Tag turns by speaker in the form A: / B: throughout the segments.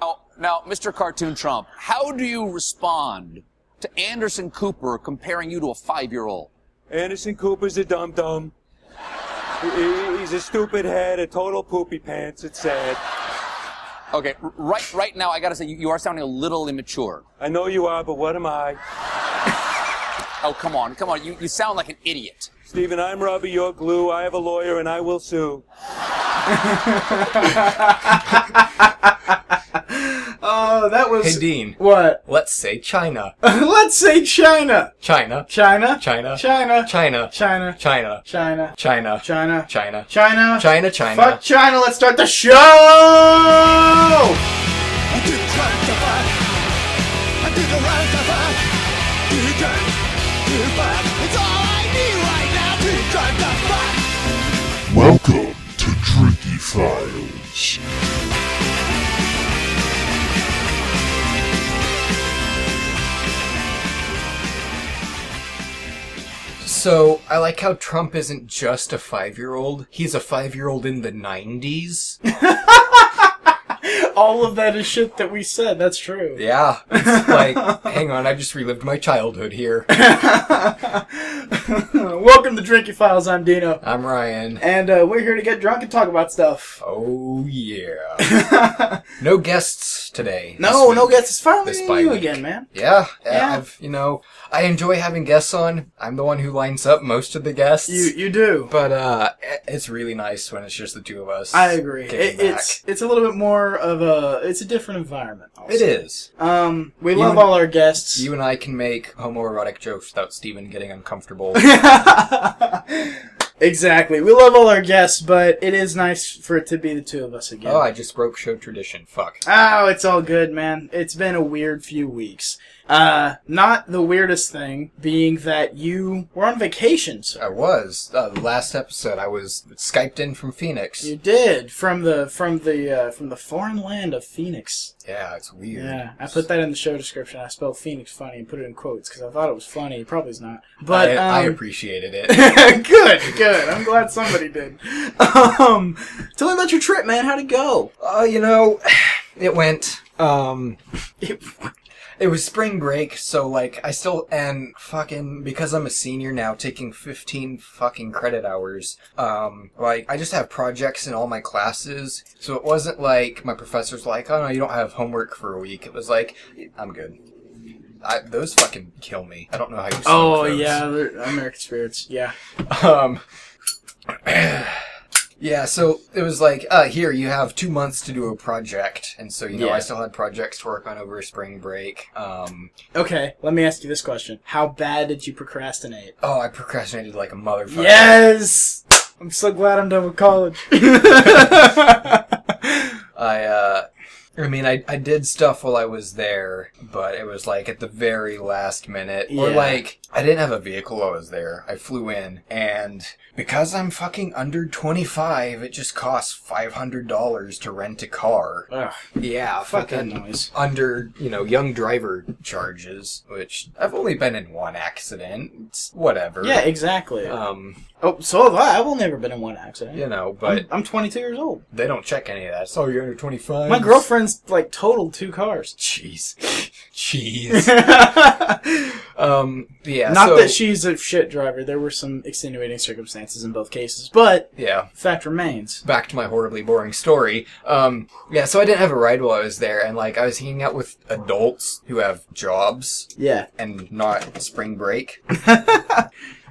A: Now, now, Mr. Cartoon Trump, how do you respond to Anderson Cooper comparing you to a five-year-old?
B: Anderson Cooper's a dum dum. He's a stupid head, a total poopy pants. It's sad.
A: Okay, r- right, right now, I gotta say, you, you are sounding a little immature.
B: I know you are, but what am I?
A: Oh, come on, come on, you, you sound like an idiot.
B: Steven, I'm rubber, you're glue. I have a lawyer, and I will sue.
C: Oh, that was.
D: Hey, Dean.
C: What?
D: Let's say China.
C: Let's say China.
D: China.
C: China.
D: China.
C: China.
D: China.
C: China.
D: China.
C: China.
D: China.
C: China.
D: China.
C: China.
D: China. China.
C: Fuck China. Let's start the show.
E: I did right to fight. I did the right to fight. Did right, did right. It's all I need right now. Did right to fight.
F: Welcome to Drinky Files.
D: So, I like how Trump isn't just a five year old, he's a five year old in the 90s.
C: All of that is shit that we said. That's true.
D: Yeah. It's like, hang on, I just relived my childhood here.
C: Uh, Welcome to Drinky Files. I'm Dino,
D: I'm Ryan.
C: and uh, we're here to get drunk and talk about stuff.
D: Oh, yeah. no guests today.
C: No,
D: This
C: no
D: week.
C: guests. It's finally
D: This
C: you
D: bi-week.
C: again, man.
D: Yeah, yeah.
C: Yeah.
D: I've, you know, I enjoy having guests on. I'm the one who lines up most of the guests.
C: You you do.
D: But uh, i- it's really nice when it's just the two of us.
C: I agree.
D: kicking
C: It, it's it's a little bit more of a it's a different environment.
D: back.
C: Also.
D: it is.
C: Um, we love
D: and-
C: all our guests.
D: You and I can make homoerotic jokes without Steven getting uncomfortable.
C: exactly. We love all our guests, but it is nice for it to be the two of us again.
D: oh, I just broke show tradition. Fuck.
C: Oh, it's all good, man. It's been a weird few weeks. Uh, not the weirdest thing being that you were on vacation, sir.
D: I was uh, last episode. I was skyped in from Phoenix.
C: You did from the from the uh, from the foreign land of Phoenix.
D: yeah, it's weird.
C: Yeah, I put that in the show description. I spelled Phoenix funny and put it in quotes because I thought it was funny. It probably is not, but
D: I, I
C: um,
D: appreciated it.
C: good, good. I'm glad somebody did. Um, tell me about your trip, man. How'd it go?
D: uh, you know, it went. Um,
C: It-
D: It was spring break, so like I still and fucking because I'm a senior now, taking fifteen fucking credit hours. Um, like I just have projects in all my classes, so it wasn't like my professor's like, "Oh no, you don't have homework for a week." It was like, "I'm good." I, those fucking kill me. I don't know how you. stomach
C: oh
D: those.
C: yeah, they're- American Spirits. Yeah.
D: Um. Yeah, so it was like, uh, here, you have two months to do a project. And so, you know,
C: Yeah.
D: I still had projects to work on over spring break. Um,
C: Okay, let me ask you this question: How bad did you procrastinate?
D: oh, I procrastinated like a motherfucker.
C: Yes. I'm so glad I'm done with college.
D: I uh I mean I I did stuff while I was there, but it was like at the very last minute. Or
C: Yeah.
D: like I didn't have a vehicle while I was there. I flew in and because I'm fucking under 25, it just costs $500 to rent a car.
C: Ugh,
D: Yeah,
C: fuck that
D: fucking
C: noise.
D: under, you know, young driver charges, which I've only been in one accident. It's whatever.
C: Yeah, exactly.
D: Um,
C: oh, so have I. I've only never been in one accident.
D: you know, but
C: I'm 22 years old.
D: they don't check any of that. So you're under 25.
C: My girlfriend's like totaled two cars.
D: Jeez. Jeez. um, yeah.
C: Not
D: so-
C: that she's a shit driver. There were some extenuating circumstances in both cases, but
D: Yeah.
C: fact remains.
D: Back to my horribly boring story. Um, yeah, so I didn't have a ride while I was there, and like I was hanging out with adults who have jobs
C: Yeah.
D: and not spring break.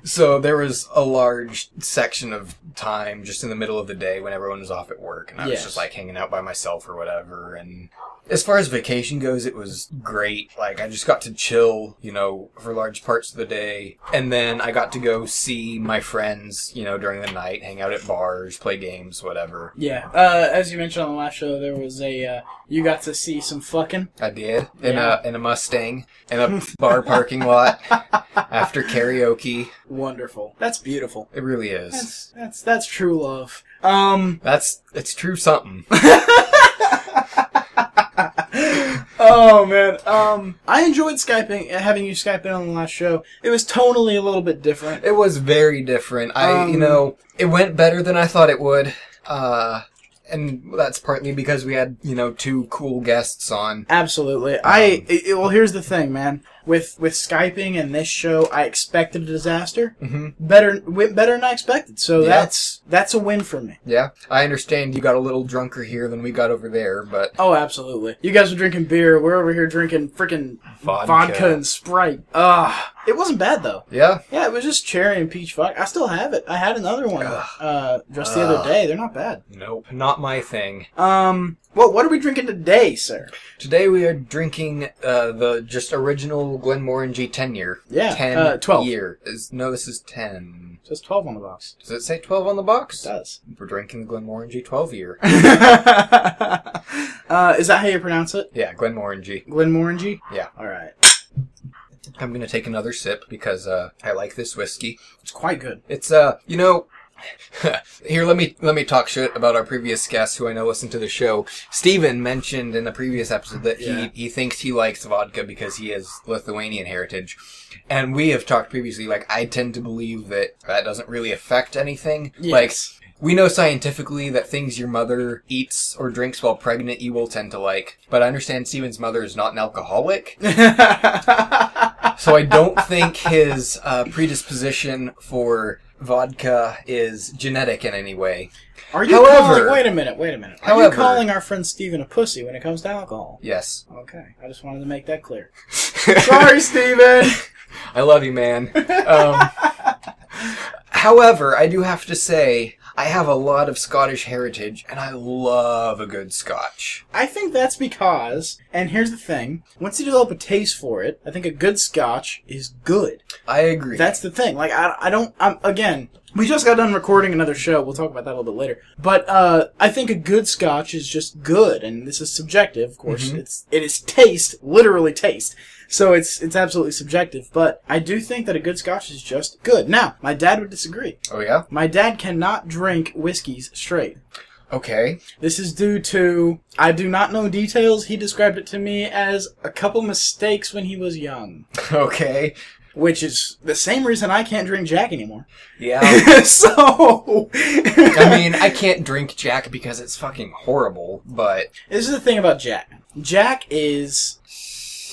D: so there was a large section of time just in the middle of the day when everyone was off at work, and I was
C: Yes.
D: just like hanging out by myself or whatever. And as far as vacation goes, it was great. Like I just got to chill, you know, for large parts of the day, and then I got to go see my friends, you know, during the night, hang out at bars, play games, whatever.
C: Yeah. Uh, as you mentioned on the last show, there was a uh, you got to see some fucking.
D: I did in
C: Yeah.
D: a in a Mustang in a bar parking lot after karaoke.
C: Wonderful. That's beautiful.
D: It really is.
C: That's that's that's true love. Um.
D: That's it's true something.
C: Oh man. Um. I enjoyed skyping, uh, having you skype in on the last show. It was tonally a little bit different.
D: it was very different. I you
C: Um,
D: know, it went better than I thought it would. Uh and that's partly because we had you know two cool guests on.
C: Absolutely. I i well, here's the thing, man. With with skyping and this show, I expected a disaster. Mm-hmm. Better went better than I expected. So that's that's a win for me.
D: Yeah, I understand you got a little drunker here than we got over there, but
C: Oh, absolutely. You guys were drinking beer. We're over here drinking freaking vodka.
D: Vodka.
C: and Sprite. Ah, it wasn't bad though.
D: yeah,
C: Yeah, it was just cherry and peach vodka. I still have it. I had another one uh, just the other day. They're not bad.
D: nope, not my thing.
C: Um, well, what are we drinking today, sir?
D: Today we are drinking uh, the just original Glenmorangie ten year.
C: Yeah,
D: ten
C: uh, 12.
D: year. Is, no, this is ten.
C: It says twelve on the box.
D: Does it say twelve on the box?
C: It does.
D: We're drinking the Glenmorangie twelve year.
C: uh, is that how you pronounce it?
D: yeah, Glenmorangie.
C: Glenmorangie?
D: Yeah,
C: All right.
D: I'm gonna take another sip because uh, I like this whiskey.
C: It's quite good.
D: It's uh, you know, here let me let me talk shit about our previous guest who I know listened to the show. Steven mentioned in the previous episode that
C: Yeah.
D: he he thinks he likes vodka because he has Lithuanian heritage, and we have talked previously. Like I tend to believe that that doesn't really affect anything. Like.
C: Yes.
D: We know scientifically that things your mother eats or drinks while pregnant you will tend to like, but I understand Steven's mother is not an alcoholic, so I don't think his uh, predisposition for vodka is genetic in any way.
C: Are you
D: However-
C: calling? Wait a minute. Wait a minute. Are you
D: However-
C: calling our friend Steven a pussy when it comes to alcohol?
D: Yes.
C: Okay, I just wanted to make that clear. Sorry, Steven.
D: I love you, man. Um, however, I do have to say, I have a lot of Scottish heritage, and I love a good Scotch.
C: I think that's because, and here's the thing: once you develop a taste for it, I think a good Scotch is good.
D: I agree.
C: That's the thing. Like I, I don't. I'm again. We just got done recording another show. We'll talk about that a little bit later. But uh, I think a good Scotch is just good, and this is subjective, of course. It's it is taste, literally taste. So it's it's absolutely subjective. But I do think that a good Scotch is just good. Now, my dad would disagree.
D: oh, yeah?
C: My dad cannot drink whiskeys straight.
D: Okay.
C: This is due to I do not know details. He described it to me as a couple mistakes when he was young,
D: Okay.
C: which is the same reason I can't drink Jack anymore.
D: Yeah.
C: so
D: I mean, I can't drink Jack because it's fucking horrible, but
C: this is the thing about Jack. Jack is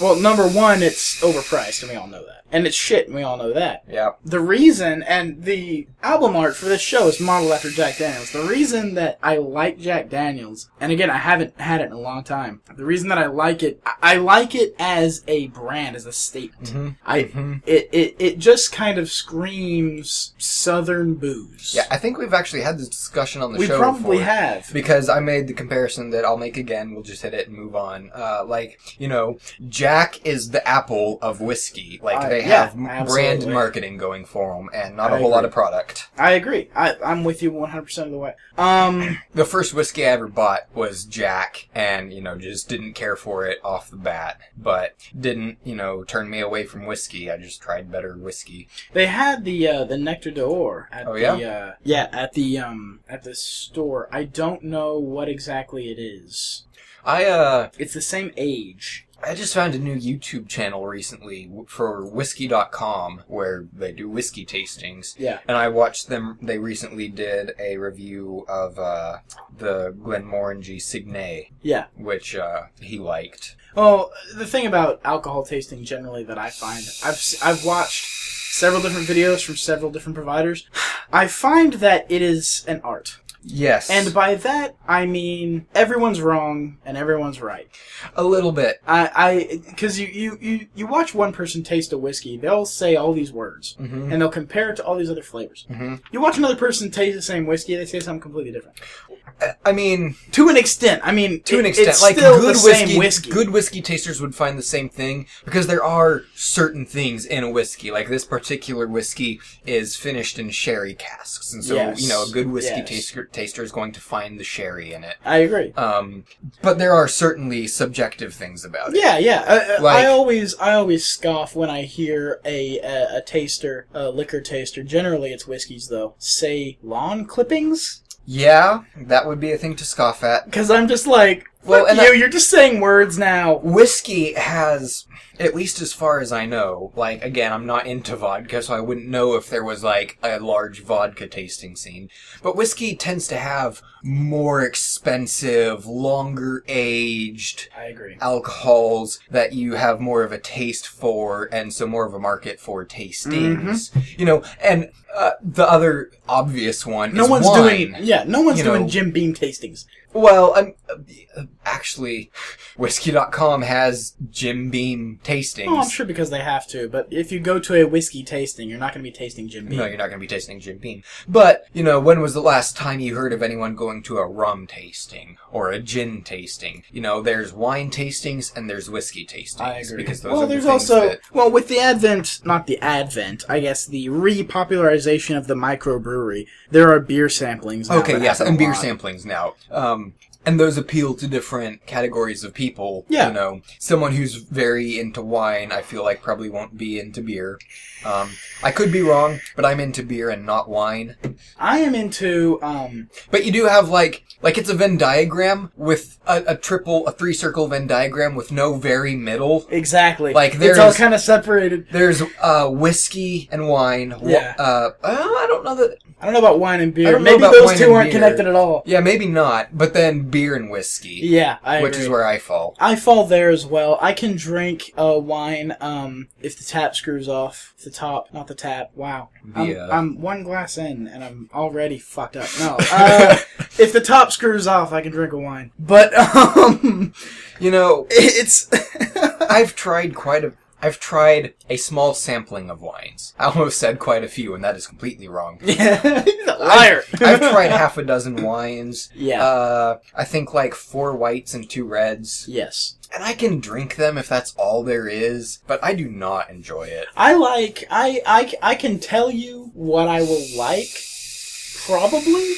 C: well, number one, it's overpriced, and we all know that, and it's shit, and we all know that.
D: yeah.
C: The reason, and the album art for this show is modeled after Jack Daniels. The reason that I like Jack Daniels, and again, I haven't had it in a long time. The reason that I like it, I, I like it as a brand, as a statement.
D: Mm-hmm.
C: I it, it it just kind of screams Southern booze.
D: Yeah, I think we've actually had this discussion on the
C: we
D: show.
C: probably
D: before.
C: have.
D: because I made the comparison that I'll make again. We'll just hit it and move on. Uh, like you know, Jack is the apple of whiskey. Like
C: I-
D: they
C: yeah,
D: have m- brand
C: absolutely.
D: marketing going for them, and not a
C: I
D: whole lot
C: agree.
D: of product.
C: I agree. I, I'm with you 100% of the way. Um,
D: The first whiskey I ever bought was Jack, and you know, just didn't care for it off the bat, but didn't you know turn me away from whiskey. I just tried better whiskey.
C: they had the uh, the Nectar d'Or at
D: Oh,
C: the
D: yeah?
C: uh, yeah at the um at the store. I don't know what exactly it is.
D: I uh,
C: It's the same age.
D: I just found a new YouTube channel recently w- for whiskey.com where they do whiskey tastings.
C: Yeah.
D: And I watched them, they recently did a review of uh, the Glenmorangie Signet,
C: Yeah.
D: which uh, he liked.
C: Well, the thing about alcohol tasting generally that I find I've s- I've watched several different videos from several different providers. I find that it is an art.
D: Yes.
C: And by that, I mean everyone's wrong and everyone's right.
D: a little bit.
C: I, I, because you, you, you, you watch one person taste a whiskey, they'll say all these words,
D: Mm-hmm.
C: and they'll compare it to all these other flavors. Mm-hmm. You watch another person taste the same whiskey, they say something completely different.
D: I mean,
C: To an extent, I mean,
D: to an
C: it-
D: extent,
C: it's
D: like
C: still
D: good
C: the
D: whiskey,
C: same whiskey.
D: good whiskey tasters would find the same thing because there are certain things in a whiskey. Like this particular whiskey is finished in sherry casks, and so
C: Yes.
D: you know a good whiskey
C: Yes.
D: taster taster is going to find the sherry in it.
C: I agree.
D: Um, but there are certainly subjective things about it.
C: yeah, yeah. I- I,
D: Like-
C: I always, I always scoff when I hear a a, a taster, a liquor taster. Generally, it's whiskeys though. Say lawn clippings,
D: Yeah, that would be a thing to scoff at.
C: because I'm just like,
D: Well, and
C: you,
D: I-
C: you're just saying words now.
D: whiskey has, at least as far as I know, like again, I'm not into vodka, so I wouldn't know if there was like a large vodka tasting scene. But whiskey tends to have more expensive, longer aged
C: I agree.
D: alcohols that you have more of a taste for and so more of a market for tastings
C: Mm-hmm.
D: you know and uh, the other obvious one
C: No
D: is
C: one's
D: wine.
C: doing. Yeah, no one's
D: you
C: doing
D: know.
C: Jim Beam tastings.
D: Well, I'm, uh, actually, whiskey.com has Jim Beam tastings.
C: Oh, I'm sure because they have to. But if you go to a whiskey tasting, you're not going to be tasting Jim Beam.
D: No, you're not going to be tasting Jim Beam. But, you know, when was the last time you heard of anyone going to a rum tasting or a gin tasting? You know, there's wine tastings and there's whiskey tastings.
C: I agree.
D: Because those
C: well,
D: are the
C: there's
D: things
C: also
D: that-
C: well with the advent, not the advent, I guess the repopularization of the microbrewery. There are beer samplings. Now
D: Okay,
C: that
D: yes,
C: happen a
D: and beer
C: lot.
D: samplings now. Um, and those appeal to different categories of people.
C: Yeah.
D: You know, someone who's very into wine, I feel like probably won't be into beer. Um, I could be wrong, but I'm into beer and not wine.
C: I am into um
D: But you do have like, like it's a Venn diagram with a, a triple, a three circle Venn diagram with no very middle.
C: exactly
D: Like,
C: it's all
D: there's-
C: kind of separated.
D: There's uh, whiskey and wine. Wh-
C: Yeah.
D: Uh, oh, I don't know that.
C: I don't know about wine and
D: I
C: beer.
D: don't know
C: Maybe
D: about
C: those
D: wine
C: two
D: and
C: aren't
D: beer.
C: connected at all.
D: Yeah, maybe not. But then beer and whiskey.
C: Yeah, I
D: Which
C: agree.
D: is where I fall.
C: I fall there as well. I can drink uh, wine um, if the tap screws off. If the top, not the tap. Wow. I'm,
D: Yeah.
C: I'm one glass in and I'm already fucked up. No. Uh, if the top screws off, I can drink a wine. But um,
D: You know,
C: it's.
D: I've tried quite a. I've tried a small sampling of wines. I almost said quite a few, and that is completely wrong.
C: liar.
D: I've tried half a dozen wines.
C: Yeah.
D: Uh, I think like four whites and two reds,
C: yes.
D: and I can drink them if that's all there is. But I do not enjoy it.
C: I like. I, I, I can tell you what I will like, probably.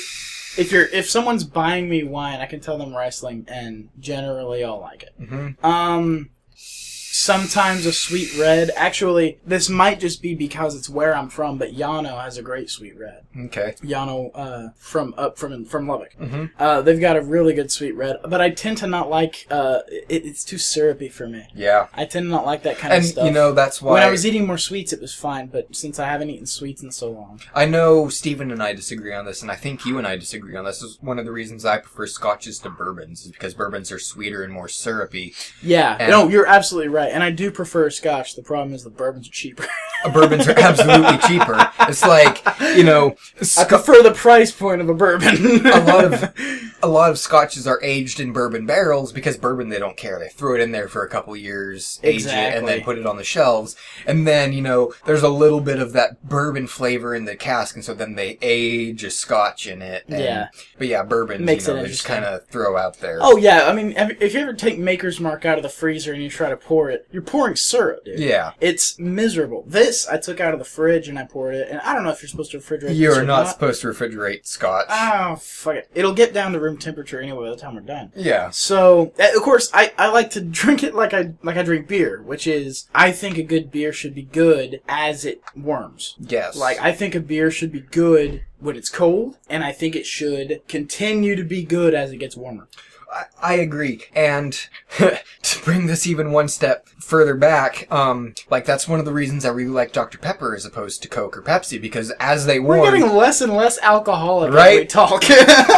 C: If you're if someone's buying me wine, I can tell them wrestling, and generally I'll like it.
D: hmm
C: Um, sometimes a sweet red. Actually, this might just be because it's where I'm from, but Yano has a great sweet red.
D: Okay.
C: Yano uh, from up from from Lubbock.
D: Mhm.
C: Uh, they've got a really good sweet red, but I tend to not like. Uh, it, it's too syrupy for me.
D: Yeah.
C: I tend to not like that kind
D: And
C: of stuff.
D: you know that's why
C: when I was e- eating more sweets, it was fine. But since I haven't eaten sweets in so long,
D: I know Stephen and I disagree on this, and I think you and I disagree on this. This is one of the reasons I prefer scotches to bourbons, is because bourbons are sweeter and more syrupy.
C: yeah,
D: And-
C: no, you're absolutely right. And I do prefer Scotch. The problem is the bourbons are cheaper.
D: Uh, bourbons are absolutely cheaper. It's like you know,
C: I
D: sc-
C: prefer the price point of a bourbon.
D: a lot of a lot of scotches are aged in bourbon barrels because bourbon they don't care. They throw it in there for a couple years, age it, and
C: Exactly.
D: then put it on the shelves. And then you know, there's a little bit of that bourbon flavor in the cask, and so then they age a scotch in it. And,
C: Yeah.
D: But yeah, bourbons
C: Makes
D: you
C: it
D: know, they just
C: interesting.
D: kind of throw out there.
C: Oh yeah, I mean, have- if you ever take Maker's Mark out of the freezer and you try to pour it, you're pouring syrup, dude.
D: Yeah.
C: It's miserable. This I took out of the fridge and I poured it, and I don't know if you're supposed to refrigerate.
D: You
C: this
D: are
C: or
D: not supposed to refrigerate scotch.
C: Oh fuck it! It'll get down to room temperature anyway by the time we're done.
D: yeah.
C: So, uh, of course, I, I like to drink it like I like I drink beer, which is I think a good beer should be good as it warms.
D: Yes.
C: Like I think a beer should be good when it's cold, and I think it should continue to be good as it gets warmer.
D: I, I agree. And to bring this even one step further back, um, like that's one of the reasons I really like Dr. Pepper as opposed to Coke or Pepsi because as they
C: We're
D: warm,
C: getting less and less alcoholic as we
D: Right?
C: talk.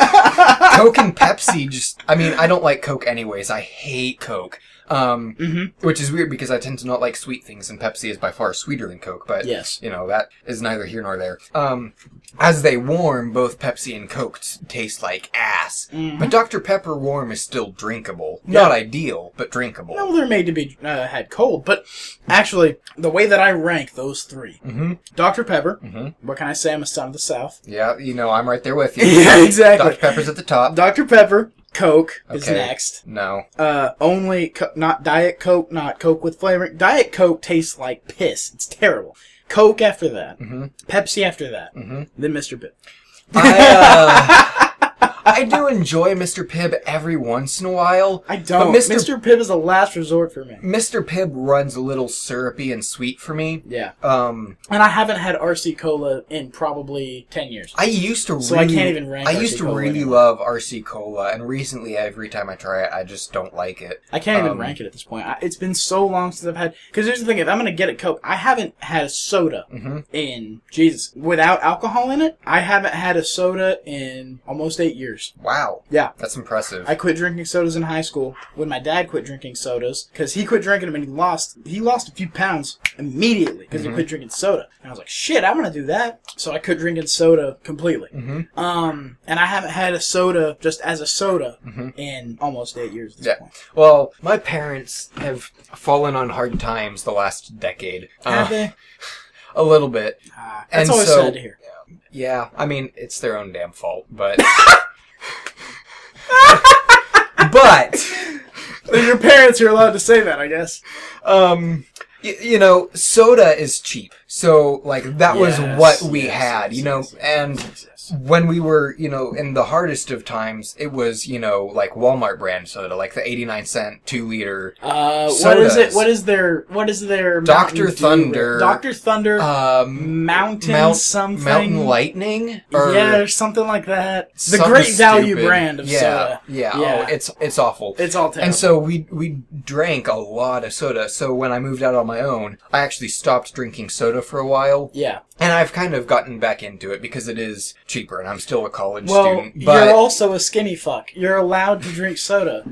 D: Coke and Pepsi just, I mean, I don't like Coke anyways. I hate Coke. Um,
C: Mm-hmm.
D: which is weird because I tend to not like sweet things and Pepsi is by far sweeter than Coke, but
C: Yes.
D: you know, that is neither here nor there. Um, as they warm, both Pepsi and Coke t- taste like ass.
C: Mm-hmm.
D: But Dr. Pepper warm is still drinkable. Not ideal, but drinkable.
C: no, they're made to be uh, had cold, but actually, the way that I rank those 3
D: Mm-hmm.
C: Dr. Pepper, what can I say? I'm a son of the South.
D: Yeah, you know, I'm right there with you.
C: Yeah, exactly.
D: Dr. Pepper's at the top.
C: Dr. Pepper, Coke is
D: Okay.
C: next.
D: No.
C: Uh, only, co- not Diet Coke, not Coke with flavoring. Diet Coke tastes like piss. It's terrible. Coke after
D: Mm-hmm.
C: that. Pepsi after that. Then Mr. Pitt.
D: I, uh, I do enjoy Mr. Pibb every once in a while.
C: I don't.
D: But Mm-hmm.
C: Mr. Pibb is a last resort for me.
D: Mr. Pibb runs a little syrupy and sweet for me.
C: Yeah.
D: Um,
C: And I haven't had RC Cola in probably 10 years.
D: I used to
C: So I
D: really,
C: can't even rank
D: I used
C: RC
D: to
C: Cola
D: really
C: anymore.
D: love RC Cola, and recently, every time I try it, I just don't like it.
C: I can't even
D: Um,
C: rank it at this point. I, it's been so long since I've had. Because here's the thing: if I'm gonna get a Coke, I haven't had a soda
D: Mm-hmm.
C: in Jesus without alcohol in it. I haven't had a soda in almost eight years.
D: Wow,
C: Yeah.
D: that's impressive.
C: I quit drinking sodas in high school when my dad quit drinking sodas because he quit drinking them and he lost he lost a few pounds immediately because
D: Mm-hmm.
C: he quit drinking soda. And I was like, shit, I'm gonna do that. So I quit drinking soda completely.
D: Mm-hmm.
C: Um, and I haven't had a soda just as a soda in almost eight years. At this
D: Mm-hmm. Yeah.
C: point.
D: Well, my parents have fallen on hard times the last decade.
C: Have
D: Uh,
C: they?
D: A little bit.
C: Ah, that's
D: and
C: always
D: so-
C: sad to hear.
D: Yeah, I mean, it's their own damn fault, but. but.
C: Then your parents are allowed to say that, I guess.
D: um y- you know soda is cheap so like that
C: Yes,
D: was what we
C: yes,
D: had
C: yes,
D: you know
C: yes, yes,
D: and when we were you know in the hardest of times it was you know like walmart brand soda like the 89 cent 2 liter
C: Uh, what is it?
D: Sodas.
C: What is their? What is their?
D: Dr.
C: Mountain Dew-
D: Thunder.
C: Doctor Thunder.
D: um
C: mountain
D: Mount-
C: something.
D: mountain lightning or
C: yeah, or something like that. The
D: something
C: Great Value
D: stupid.
C: brand of
D: yeah,
C: soda.
D: yeah
C: Yeah.
D: oh, it's it's awful
C: It's all terrible.
D: And so we we drank a lot of soda. So when I moved out on my own, I actually stopped drinking soda for a while.
C: yeah.
D: And I've kind of gotten back into it because it is cheaper, and I'm still a college
C: Well,
D: student. But
C: you're also a skinny fuck. You're allowed to drink soda.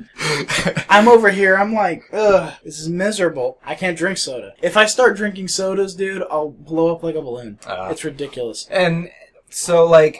C: I'm over here. I'm like, ugh, this is miserable. I can't drink soda. If I start drinking sodas, dude, I'll blow up like a balloon.
D: Ah.
C: it's ridiculous.
D: and so like,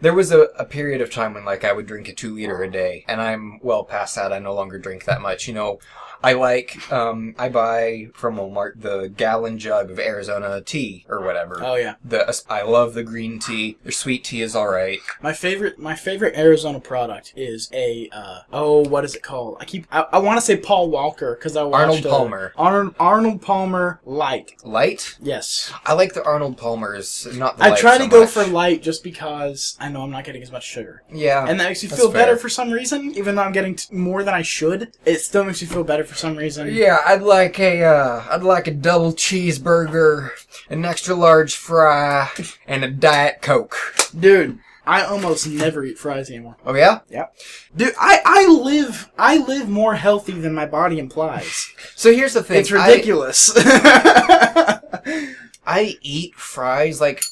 D: there was a, a period of time when like I would drink a two liter a day, and I'm well past that. I no longer drink that much. You know, I like um I buy from Walmart the gallon jug of Arizona tea or whatever.
C: Oh yeah.
D: The I love the green tea. Their sweet tea is all right.
C: My favorite, my favorite Arizona product is a uh, oh, what is it called? I keep I, I want to say Paul Walker because I watched
D: Arnold
C: uh,
D: Palmer.
C: Arnold Arnold Palmer Light.
D: Light.
C: Yes,
D: I like the Arnold Palmer's, not the.
C: I
D: light
C: try
D: so
C: to go
D: much.
C: for light just because I know I'm not getting as much sugar,
D: Yeah,
C: and that makes you
D: that's
C: feel better
D: fair.
C: for some reason. Even though I'm getting t- more than I should, it still makes you feel better for some reason.
D: Yeah, I'd like a uh, I'd like a double cheeseburger, an extra large fry, and a diet coke.
C: dude, I almost never eat fries anymore.
D: Oh yeah.
C: Dude, I I live I live more healthy than my body implies.
D: So here's the thing.
C: It's ridiculous.
D: I, I eat fries like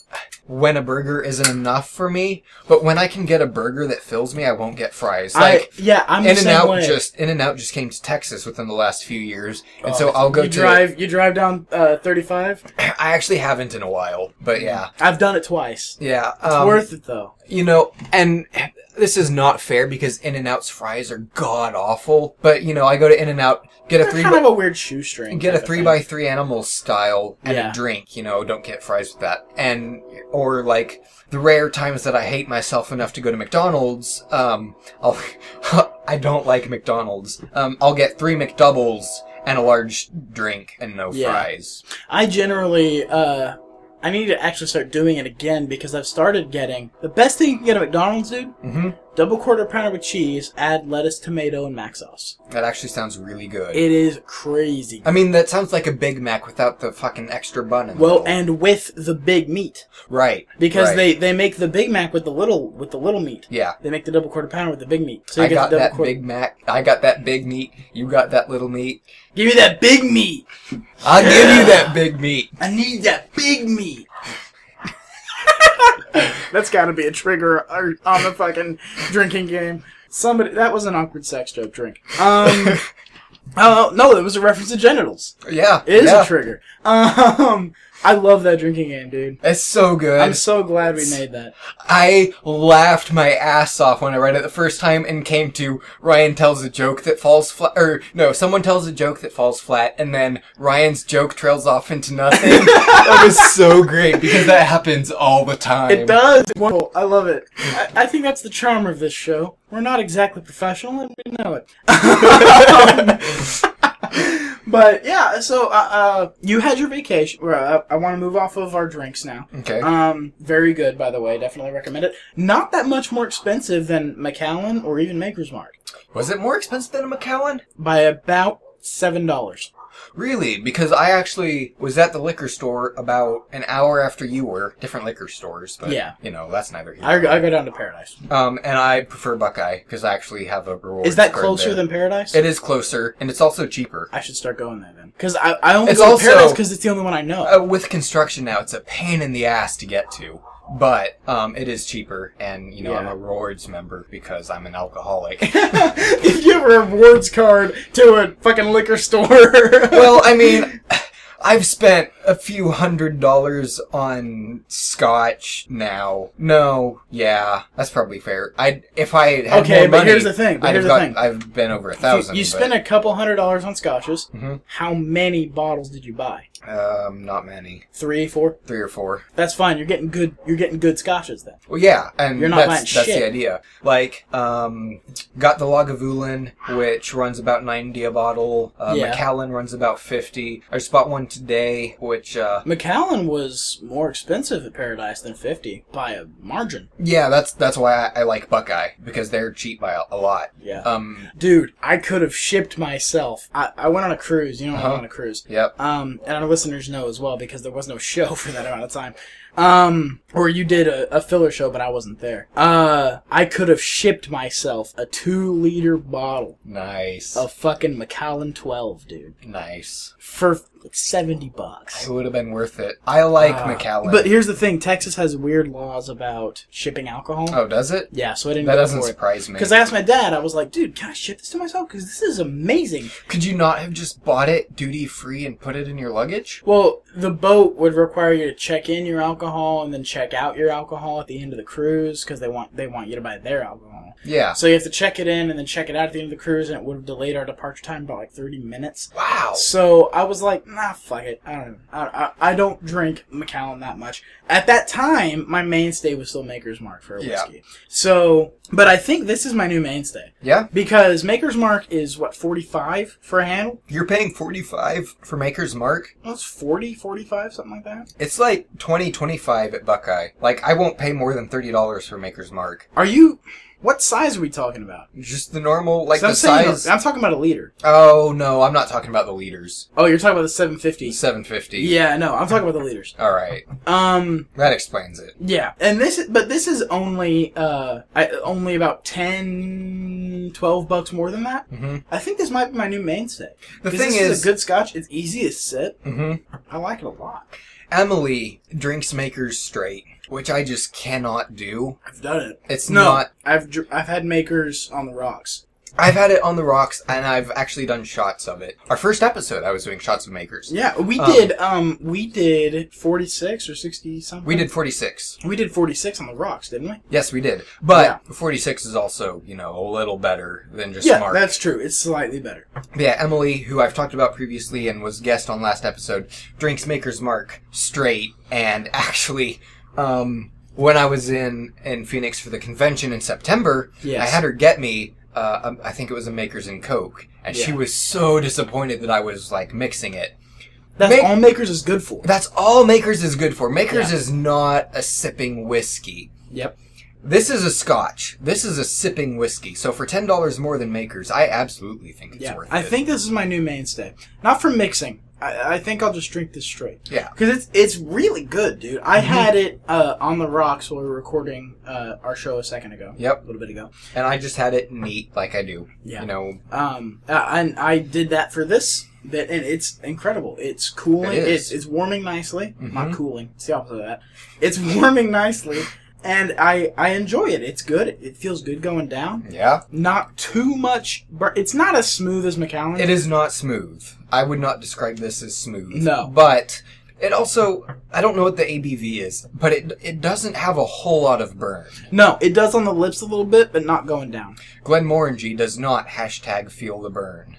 D: when a burger isn't enough for me, but when I can get a burger that fills me, I won't get fries.
C: I,
D: Like
C: yeah, I'm
D: In
C: the
D: and
C: same
D: Out
C: way.
D: just In and Out just came to Texas within the last few years, and so I'll go
C: Oh, you
D: to.
C: drive you drive down uh, 35
D: I actually haven't in a while, but yeah,
C: i've done it twice
D: yeah. um,
C: worth it though
D: You know, and this is not fair because In N Out's fries are god awful. But you know, I go to In N Out, get a
C: They're
D: three
C: kind of
D: by,
C: a weird shoestring
D: get a
C: type of
D: three
C: thing.
D: by three animal style and
C: Yeah.
D: a drink. You know, don't get fries with that. And or like the rare times that I hate myself enough to go to McDonald's, um, I'll I don't like McDonald's. Um, I'll get three McDoubles and a large drink and no
C: Yeah.
D: fries.
C: i generally uh i need to actually start doing it again because i've started getting the best thing you can get at mcdonald's dude
D: Mhm.
C: double quarter pounder with cheese add lettuce tomato and mac sauce
D: That actually sounds really good.
C: it is crazy
D: I mean, that sounds like a Big Mac without the fucking extra bun. In the
C: well
D: middle.
C: and with the big meat
D: Right.
C: because
D: right.
C: they they make the big mac with the little with the little meat
D: Yeah.
C: they make the double quarter pounder with the big meat so you
D: I
C: get
D: got
C: the double
D: that
C: quarter
D: Big Mac. I got that big meat. You got that little meat.
C: give me that big meat
D: I'll give you that big meat.
C: I need that big meat. That's got to be a trigger or- on the fucking drinking game. Somebody that was an awkward sex joke drink. Um, oh no, it was a reference to genitals.
D: Yeah.
C: It is
D: yeah.
C: a trigger. Um, I love that drinking game, dude.
D: It's so good.
C: I'm so glad we made that.
D: I laughed my ass off when I read it the first time and came to Ryan tells a joke that falls flat, or no, someone tells a joke that falls flat, and then Ryan's joke trails off into nothing. that was so great because that happens all the time.
C: It does. Wonderful. I love it. I, I think that's the charm of this show. We're not exactly professional, and we know it. But yeah, so uh, uh, you had your vacation. Well, I, I want to move off of our drinks now.
D: Okay.
C: Um, very good, by the way. Definitely recommend it. Not that much more expensive than McAllen or even Maker's Mark
D: Was it more expensive than a McAllen?
C: by about seven dollars.
D: Really? Because I actually was at the liquor store about an hour after you were. Different liquor stores, but
C: Yeah.
D: you know that's neither here.
C: I,
D: nor there.
C: I go down to Paradise.
D: Um, and I prefer Buckeye because I actually have a reward.
C: Is that
D: card
C: closer
D: there.
C: than Paradise?
D: It is closer, and it's also cheaper.
C: I should start going there then, because I, I only
D: It's
C: go
D: also-
C: to Paradise because it's the only one I know.
D: Uh, with construction now, it's a pain in the ass to get to, but um, it is cheaper, and you know I'm
C: Yeah.
D: a rewards member because I'm an alcoholic.
C: if you have a rewards card to a fucking liquor store.
D: well, I mean, I've spent a few hundred dollars on scotch now. No, yeah, that's probably fair. I if I had
C: Okay,
D: more
C: but
D: money,
C: here's the thing, but
D: I'd
C: here's
D: have
C: the
D: gotten-
C: thing.
D: I've been over a
C: You-
D: thousand.
C: you spent a couple hundred dollars on scotches.
D: Mhm.
C: How many bottles did you buy?
D: a- um, not many,
C: Three, four.
D: three or four.
C: That's fine. You're getting good. You're getting good scotches then.
D: Well, yeah, and
C: You're not buying
D: that's, that's
C: shit.
D: the idea. Like, um, got the Lagavulin, which runs about 90 a bottle. Uh,
C: Yeah.
D: Macallan runs about 50. I just bought one today, which, uh,
C: McAllen was more expensive at Paradise than fifty by a margin.
D: yeah, that's that's why I, I like Buckeye, because they're cheap by a, a lot.
C: Yeah.
D: Um,
C: Dude, I could have shipped myself. I, I went on a cruise. You know, I
D: Uh-huh.
C: went on a cruise.
D: yep.
C: Um, and our listeners know as well because there was no show for that amount of time. Um, or you did a, a filler show, but I wasn't there. Uh, I could have shipped myself a two liter bottle
D: Nice.
C: of fucking McAllen 12, dude,
D: Nice.
C: for 70 bucks.
D: It would have been worth it. I like
C: Ah.
D: Macallan.
C: But here's the thing Texas has weird laws about shipping alcohol.
D: oh, does it?
C: Yeah, so I didn't
D: That
C: go
D: doesn't
C: for it.
D: surprise me.
C: Because I asked my dad, I was like, dude, can I ship this to myself? Because this is amazing.
D: Could you not have just bought it duty free and put it in your luggage?
C: Well, the boat would require you to check in your alcohol and then check out your alcohol at the end of the cruise because they want they want you to buy their alcohol.
D: Yeah.
C: So you have to check it in and then check it out at the end of the cruise, and it would have delayed our departure time by like thirty minutes.
D: Wow.
C: So I was like, nah, fuck it. I don't. I, I, I don't drink Macallan that much. At that time, my mainstay was still Maker's Mark for a
D: Yeah.
C: whiskey. So, but I think this is my new mainstay
D: Yeah.
C: because Maker's Mark is what forty five for a handle.
D: You're paying 45 for Maker's Mark?
C: That's 40, 45, something like that.
D: It's like twenty twenty five at Buckeye. Like I won't pay more than thirty dollars for Maker's Mark.
C: Are you? What size are we talking about?
D: Just the normal, like
C: 'Cause I'm
D: the
C: saying-
D: size.
C: I'm talking about a liter.
D: Oh no, I'm not talking about the liters.
C: Oh, you're talking about the 750.
D: Seven fifty.
C: Yeah, no, I'm talking about the liters.
D: All right,
C: Um,
D: that explains it.
C: yeah, and this, is, but this is only, uh, I, only about 10, 12 bucks more than that.
D: Mm-hmm.
C: I think this might be my new mainstay.
D: The
C: 'Cause
D: thing
C: this is,
D: is-
C: a good Scotch. It's easy to sip.
D: Mm-hmm.
C: I like it a lot.
D: Emily drinks Maker's straight, which I just cannot do.
C: I've done it.
D: It's
C: No,
D: not.
C: I've dr- I've had makers on the rocks.
D: I've had it on the rocks, and I've actually done shots of it. Our first episode, I was doing shots of Maker's.
C: Yeah, we
D: Um,
C: did. Um, we did 46 or 60 something.
D: We did forty six.
C: We did 46 on the rocks, didn't we?
D: Yes, we did. But
C: Yeah.
D: forty six is also, you know, a little better than just
C: Yeah,
D: Mark.
C: that's true. It's slightly better.
D: Yeah, Emily, who I've talked about previously and was guest on last episode, drinks Maker's Mark straight. And actually, um, when I was in in Phoenix for the convention in September,
C: Yes.
D: I had her get me. Uh, um, I think it was a Maker's and Coke, and she
C: Yeah.
D: was so disappointed that I was like mixing it.
C: That's
D: Make-
C: all Makers is good for.
D: That's all Maker's is good for. Maker's
C: Yeah.
D: is not a sipping whiskey.
C: Yep.
D: This is a Scotch. This is a sipping whiskey. So for ten dollars more than Maker's, I absolutely think it's
C: Yeah.
D: worth
C: I
D: it.
C: think this is my new mainstay. Not for mixing. I, I think I'll just drink this straight.
D: Yeah.
C: Because it's it's really good, dude. I had it uh, on the rocks while we were recording uh, our show a second ago.
D: Yep.
C: A little bit ago.
D: and I just had it neat like I do.
C: Yeah.
D: You know,
C: Um, uh, and I did that for this. That and it's incredible. It's cooling.
D: It is. Mm-hmm.
C: It's, it's warming nicely. Not cooling. It's the opposite of that. It's warming nicely, and I I enjoy it. It's good. It feels good going down.
D: yeah.
C: Not too much. Bur- it's not as smooth as McAllen.
D: It is not smooth. I would not describe this as smooth.
C: No.
D: But it also I don't know what the ABV is, but it it doesn't have a whole lot of burn.
C: No, it does on the lips a little bit, but not going down.
D: Glenmorangie does not hashtag feel the burn.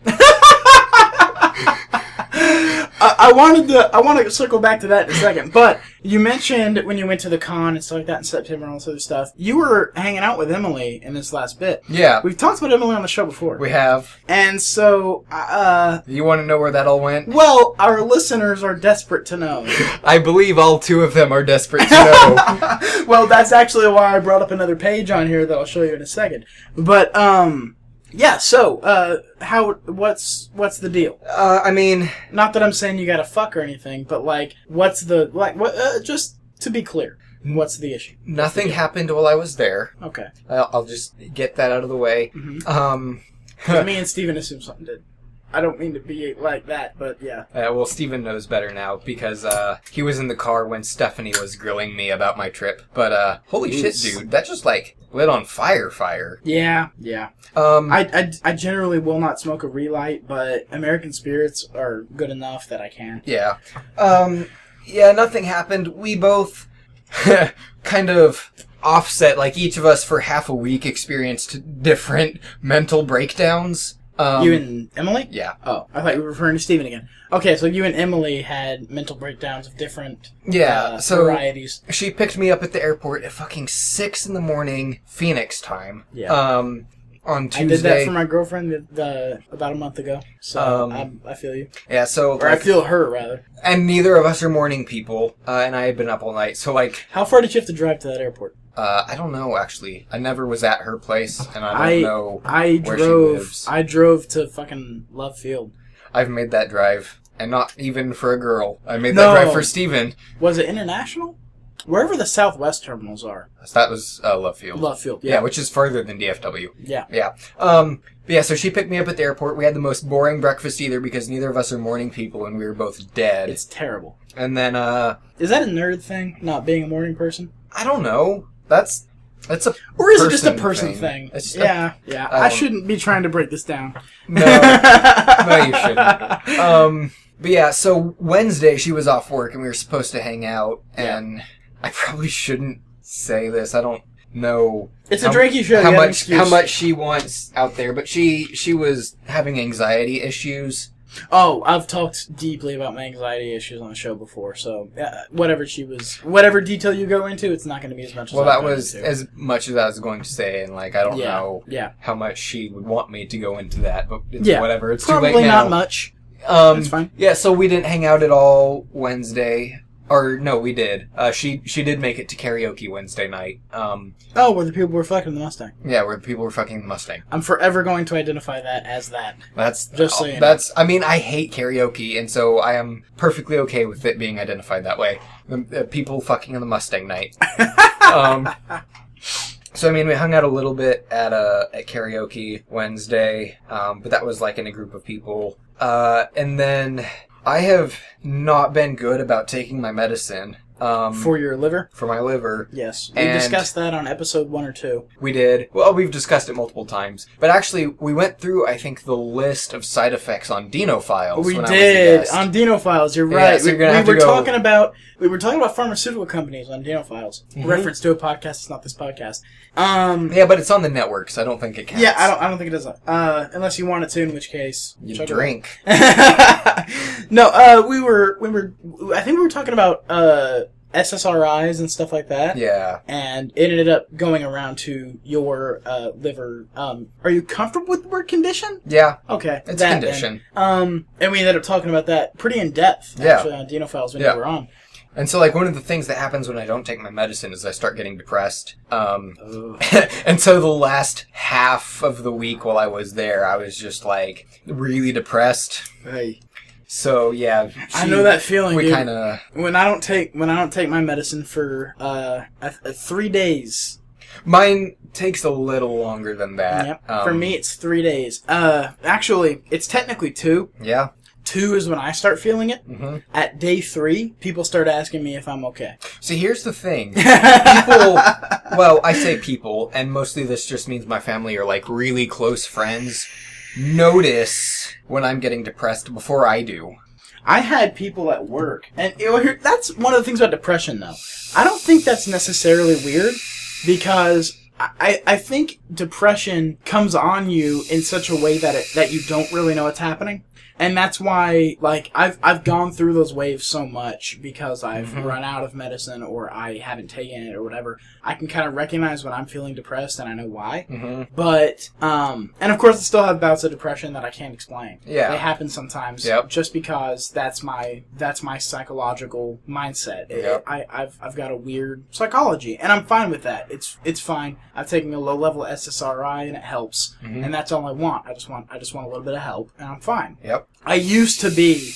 C: I, I wanted to. I want to circle back to that in a second. But you mentioned when you went to the con and stuff like that in September and all this other stuff. You were hanging out with Emily in this last bit.
D: Yeah.
C: We've talked about Emily on the show before.
D: We have.
C: and so, uh,
D: You want to know where that all went?
C: well, our listeners are desperate to know.
D: I believe all two of them are desperate to know.
C: well, that's actually why I brought up another page on here that I'll show you in a second. But um, yeah. So, uh, how? What's what's the deal?
D: uh, I mean,
C: Not that I'm saying you gotta fuck or anything, but like, what's the like? What? Uh, just to be clear, what's the issue?
D: nothing happened while I was there.
C: Okay.
D: I'll, I'll just get that out of the way.
C: Mm-hmm.
D: Um,
C: Me and Steven assume something did. I don't mean to be like that, but yeah.
D: Uh, well, Steven knows better now because uh, he was in the car when Stephanie was grilling me about my trip. But uh, holy shit, dude, that just like lit on fire, fire.
C: Yeah, yeah.
D: Um,
C: I, I, I generally will not smoke a relight, but American spirits are good enough that I can.
D: yeah, um, yeah, nothing happened. We both kind of offset, like each of us for half a week experienced different mental breakdowns. Um,
C: you and Emily?
D: yeah,
C: Oh, I thought you were referring to Steven again. Okay, so you and Emily had mental breakdowns of different
D: yeah.
C: uh,
D: so
C: varieties.
D: she picked me up at the airport at fucking six in the morning, Phoenix time.
C: Yeah.
D: Um, on Tuesday.
C: I did that for my girlfriend the, the, about a month ago, so
D: Um,
C: I, I feel you.
D: yeah. So
C: Or I
D: like,
C: feel her, rather.
D: and neither of us are morning people, uh, and I had been up all night, so like,
C: How far did you have to drive to that airport?
D: uh, I don't know actually. I never was at her place, and I don't
C: I
D: know
C: I
D: where she
C: drove
D: lives.
C: I drove to fucking Love Field.
D: I, have made that drive, and not even for a girl. I made
C: No.
D: that drive for Steven.
C: Was it international? Wherever the Southwest terminals are,
D: That was uh, Love Field.
C: Love Field.
D: yeah. which is farther than DFW.
C: yeah.
D: Yeah. Um, but yeah, so she picked me up at the airport. We had the most boring breakfast either because neither of us are morning people and we were both dead.
C: It's terrible.
D: and then, uh,
C: Is that a nerd thing? Not being a morning person,
D: I don't know. That's, that's a
C: or is it just a person thing?
D: It's just a- Um,
C: yeah, yeah.
D: I
C: I
D: don't-
C: shouldn't be trying to break this down.
D: no, no, you shouldn't. Um, but yeah, so Wednesday she was off work and we were supposed to hang out, and I probably shouldn't say this. I don't know.
C: It's a Drakey show,
D: How
C: you have an
D: much?
C: excuse.
D: How much she wants out there, but she she was having anxiety issues.
C: Oh, I've talked deeply about my anxiety issues on the show before, so uh, whatever she was, whatever detail you go into, it's not going to be as much.
D: Well,
C: as I've
D: that
C: gone
D: was
C: into.
D: as much as I was going to say, and like I don't
C: yeah,
D: know
C: yeah,
D: how much she would want me to go into that, but it's
C: yeah.
D: whatever. It's
C: probably
D: too late now.
C: not much.
D: Um,
C: That's fine.
D: Yeah, so we didn't hang out at all Wednesday, or no, we did. Uh, she she did make it to karaoke Wednesday night. Um,
C: Oh, where the people were fucking the Mustang.
D: yeah, where people were fucking the Mustang.
C: I'm forever going to identify that as that.
D: That's
C: Just saying.
D: That's I mean I hate karaoke, and so I am perfectly okay with it being identified that way. Um, uh, people fucking on the Mustang night. um, so I mean, we hung out a little bit at uh, at karaoke Wednesday, um, but that was like in a group of people. Uh, and then I have not been good about taking my medicine um,
C: For your liver?
D: for my liver.
C: Yes. We
D: And-
C: discussed that on episode one or two.
D: We did. Well, we've discussed it multiple times. But actually, we went through, I think, the list of side effects on Dino files.
C: We
D: when I
C: did
D: was a guest.
C: on Dino Files. You're
D: Yeah,
C: right.
D: so you're
C: we
D: gonna
C: we
D: have to
C: were
D: go-
C: talking about we were talking about pharmaceutical companies on Dino Files.
D: Mm-hmm.
C: Reference to a podcast. It's not this podcast. Um,
D: Yeah, but it's on the network, so I don't think it counts.
C: yeah, I don't. I don't think it does. Uh, unless you want it to, in which case
D: You
C: chug it away.
D: drink.
C: no, uh, we were we were. I think we were talking about uh, SSRIs and stuff like that.
D: Yeah.
C: And it ended up going around to your uh, liver. Um, are you comfortable with the word condition?
D: Yeah.
C: Okay,
D: It's
C: that
D: a
C: then.
D: condition.
C: Um, and we ended up talking about that pretty in depth,
D: Yeah.
C: actually, on Dino Files when
D: Yeah.
C: you were on.
D: And so, like, one of the things that happens when I don't take my medicine is I start getting depressed. Um, and so the last half of the week while I was there, I was just, like, really depressed. So, yeah.
C: I
D: she-
C: know that feeling.
D: We
C: dude.
D: kind of.
C: when I don't take when I don't take my medicine for uh, uh three days.
D: Mine takes a little longer than that.
C: Yep.
D: Um,
C: for me, it's three days. Uh, actually, it's technically two.
D: Yeah.
C: Two is when I start feeling it. Mm-hmm. At day three, people start asking me if I'm okay.
D: See, here's the thing. People, well, I say people, and mostly this just means my family are like really close friends, notice when I'm getting depressed before I do.
C: I had people at work, and you know, here- that's one of the things about depression, though. I don't think that's necessarily weird because I- I, I think depression comes on you in such a way that it, that you don't really know what's happening. And that's why, like, I've, I've gone through those waves so much because I've run out of medicine or I haven't taken it or whatever. I can kind of recognize when I'm feeling depressed and I know why. But, um, and of course I still have bouts of depression that I can't explain.
D: Yeah.
C: They happen sometimes
D: Yep.
C: just because that's my, that's my psychological mindset. It-
D: Yep.
C: I, I've, I've got a weird psychology, and I'm fine with that. It's it's fine. I've taken a low level SSRI, and it helps,
D: Mm-hmm.
C: and that's all I want. I just want I just want a little bit of help, and I'm fine.
D: Yep.
C: I used to be,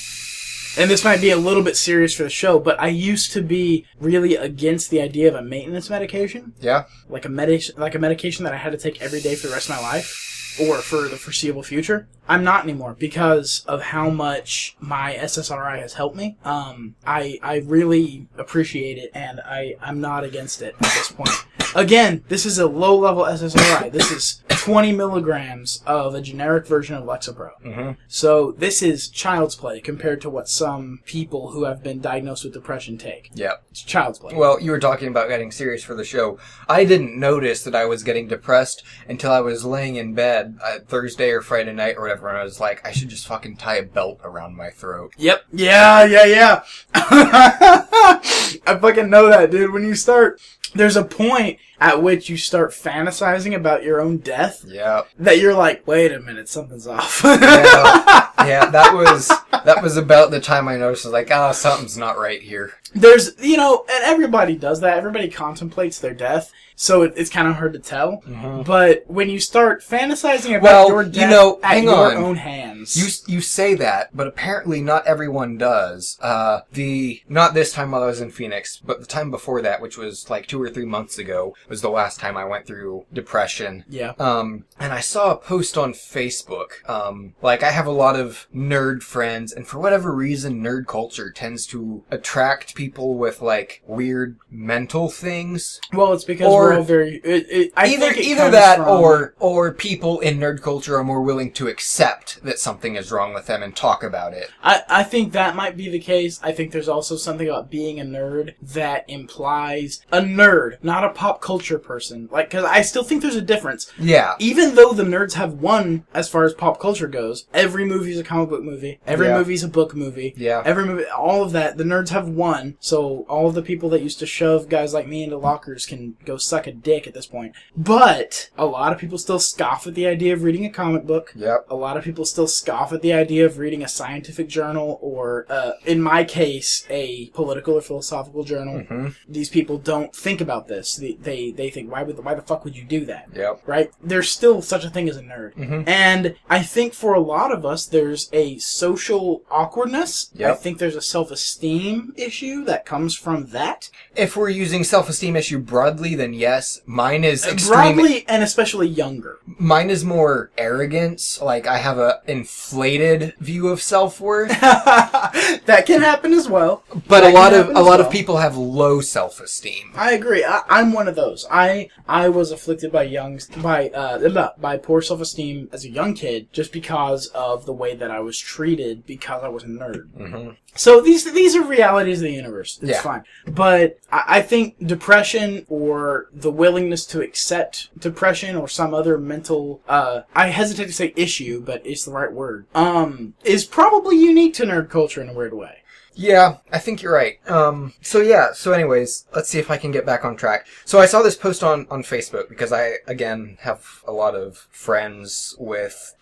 C: and this might be a little bit serious for the show, but I used to be really against the idea of a maintenance medication,
D: Yeah.
C: like a medic like a medication that I had to take every day for the rest of my life, or for the foreseeable future. I'm not anymore because of how much my SSRI has helped me. Um, I I really appreciate it, and I I'm not against it at this point. Again, this is a low level SSRI. This is 20 milligrams of a generic version of Lexapro. So this is child's play compared to what some people who have been diagnosed with depression take.
D: Yep.
C: It's child's play.
D: Well, you were talking about getting serious for the show. I didn't notice that I was getting depressed until I was laying in bed uh, Thursday or Friday night or whatever, and I was like, I should just fucking tie a belt around my throat.
C: Yep. Yeah, yeah, yeah. I fucking know that, dude. When you start, there's a point at which you start fantasizing about your own death
D: Yeah.
C: that you're like, wait a minute, something's off.
D: Yeah, yeah, that was that was about the time I noticed. I was like, ah, something's not right here.
C: there's, you know, and everybody does that. Everybody contemplates their death, so it, it's kind of hard to tell. But when you start fantasizing about
D: Mm-hmm. Well,
C: your
D: you
C: death
D: know,
C: at
D: hang
C: your
D: on.
C: own hands,
D: You you say that, but apparently not everyone does. Uh, the not this time while I was in Phoenix, but the time before that, which was like two or three months ago, was the last time I went through depression.
C: yeah.
D: Um, and I saw a post on Facebook. Um, like I have a lot of nerd friends, and for whatever reason, nerd culture tends to attract people with like weird mental things.
C: Well, it's because
D: Or-
C: we're all very. It, it, I
D: either
C: think it
D: either
C: comes
D: that
C: from-
D: or or people in nerd culture are more willing to accept that something is wrong with them and talk about it.
C: I, I think that might be the case. I think there's also something about being a nerd that implies a nerd, not a pop culture person. Like, because I still think there's a difference.
D: Yeah.
C: Even though the nerds have won as far as pop culture goes, every movie's a comic book movie, every
D: Yeah.
C: movie's a book movie,
D: Yeah.
C: every movie, all of that, the nerds have won. So all of the people that used to shove guys like me into lockers can go suck a dick at this point. But a lot of people still scoff at the idea of reading a comic book
D: Yep.
C: a lot of people still scoff at the idea of reading a scientific journal or, uh, in my case, a political or philosophical journal.
D: Mm-hmm.
C: These people don't think about this. They, they they think why would why the fuck would you do that?
D: Yep.
C: Right? There's still such a thing as a nerd,
D: Mm-hmm.
C: and I think for a lot of us, there's a social awkwardness. I
D: Yep.
C: think there's a self esteem issue that comes from that.
D: If we're using self-esteem issue broadly, then yes, mine is extreme.
C: Uh, Broadly and especially younger.
D: Mine is more arrogance. Like I have a inflated view of self-worth.
C: that can happen as well.
D: But a
C: That can
D: lot of
C: happen
D: a
C: as
D: lot
C: well.
D: of people have low self esteem.
C: I agree. I, I'm one of those. I I was afflicted by young by uh blah, blah, by poor self esteem as a young kid just because of the way that I was treated because I was a nerd. So these these are realities of the universe. It's
D: Mm-hmm. Yeah.
C: fine. But I, I think depression or the willingness to accept depression or some other mental uh I hesitate to say issue, but it's the right word. Um is probably unique to nerd culture in a weird way.
D: Yeah, I think you're right. Um, so yeah, so anyways, let's see if I can get back on track. So I saw this post on on Facebook because I again have a lot of friends with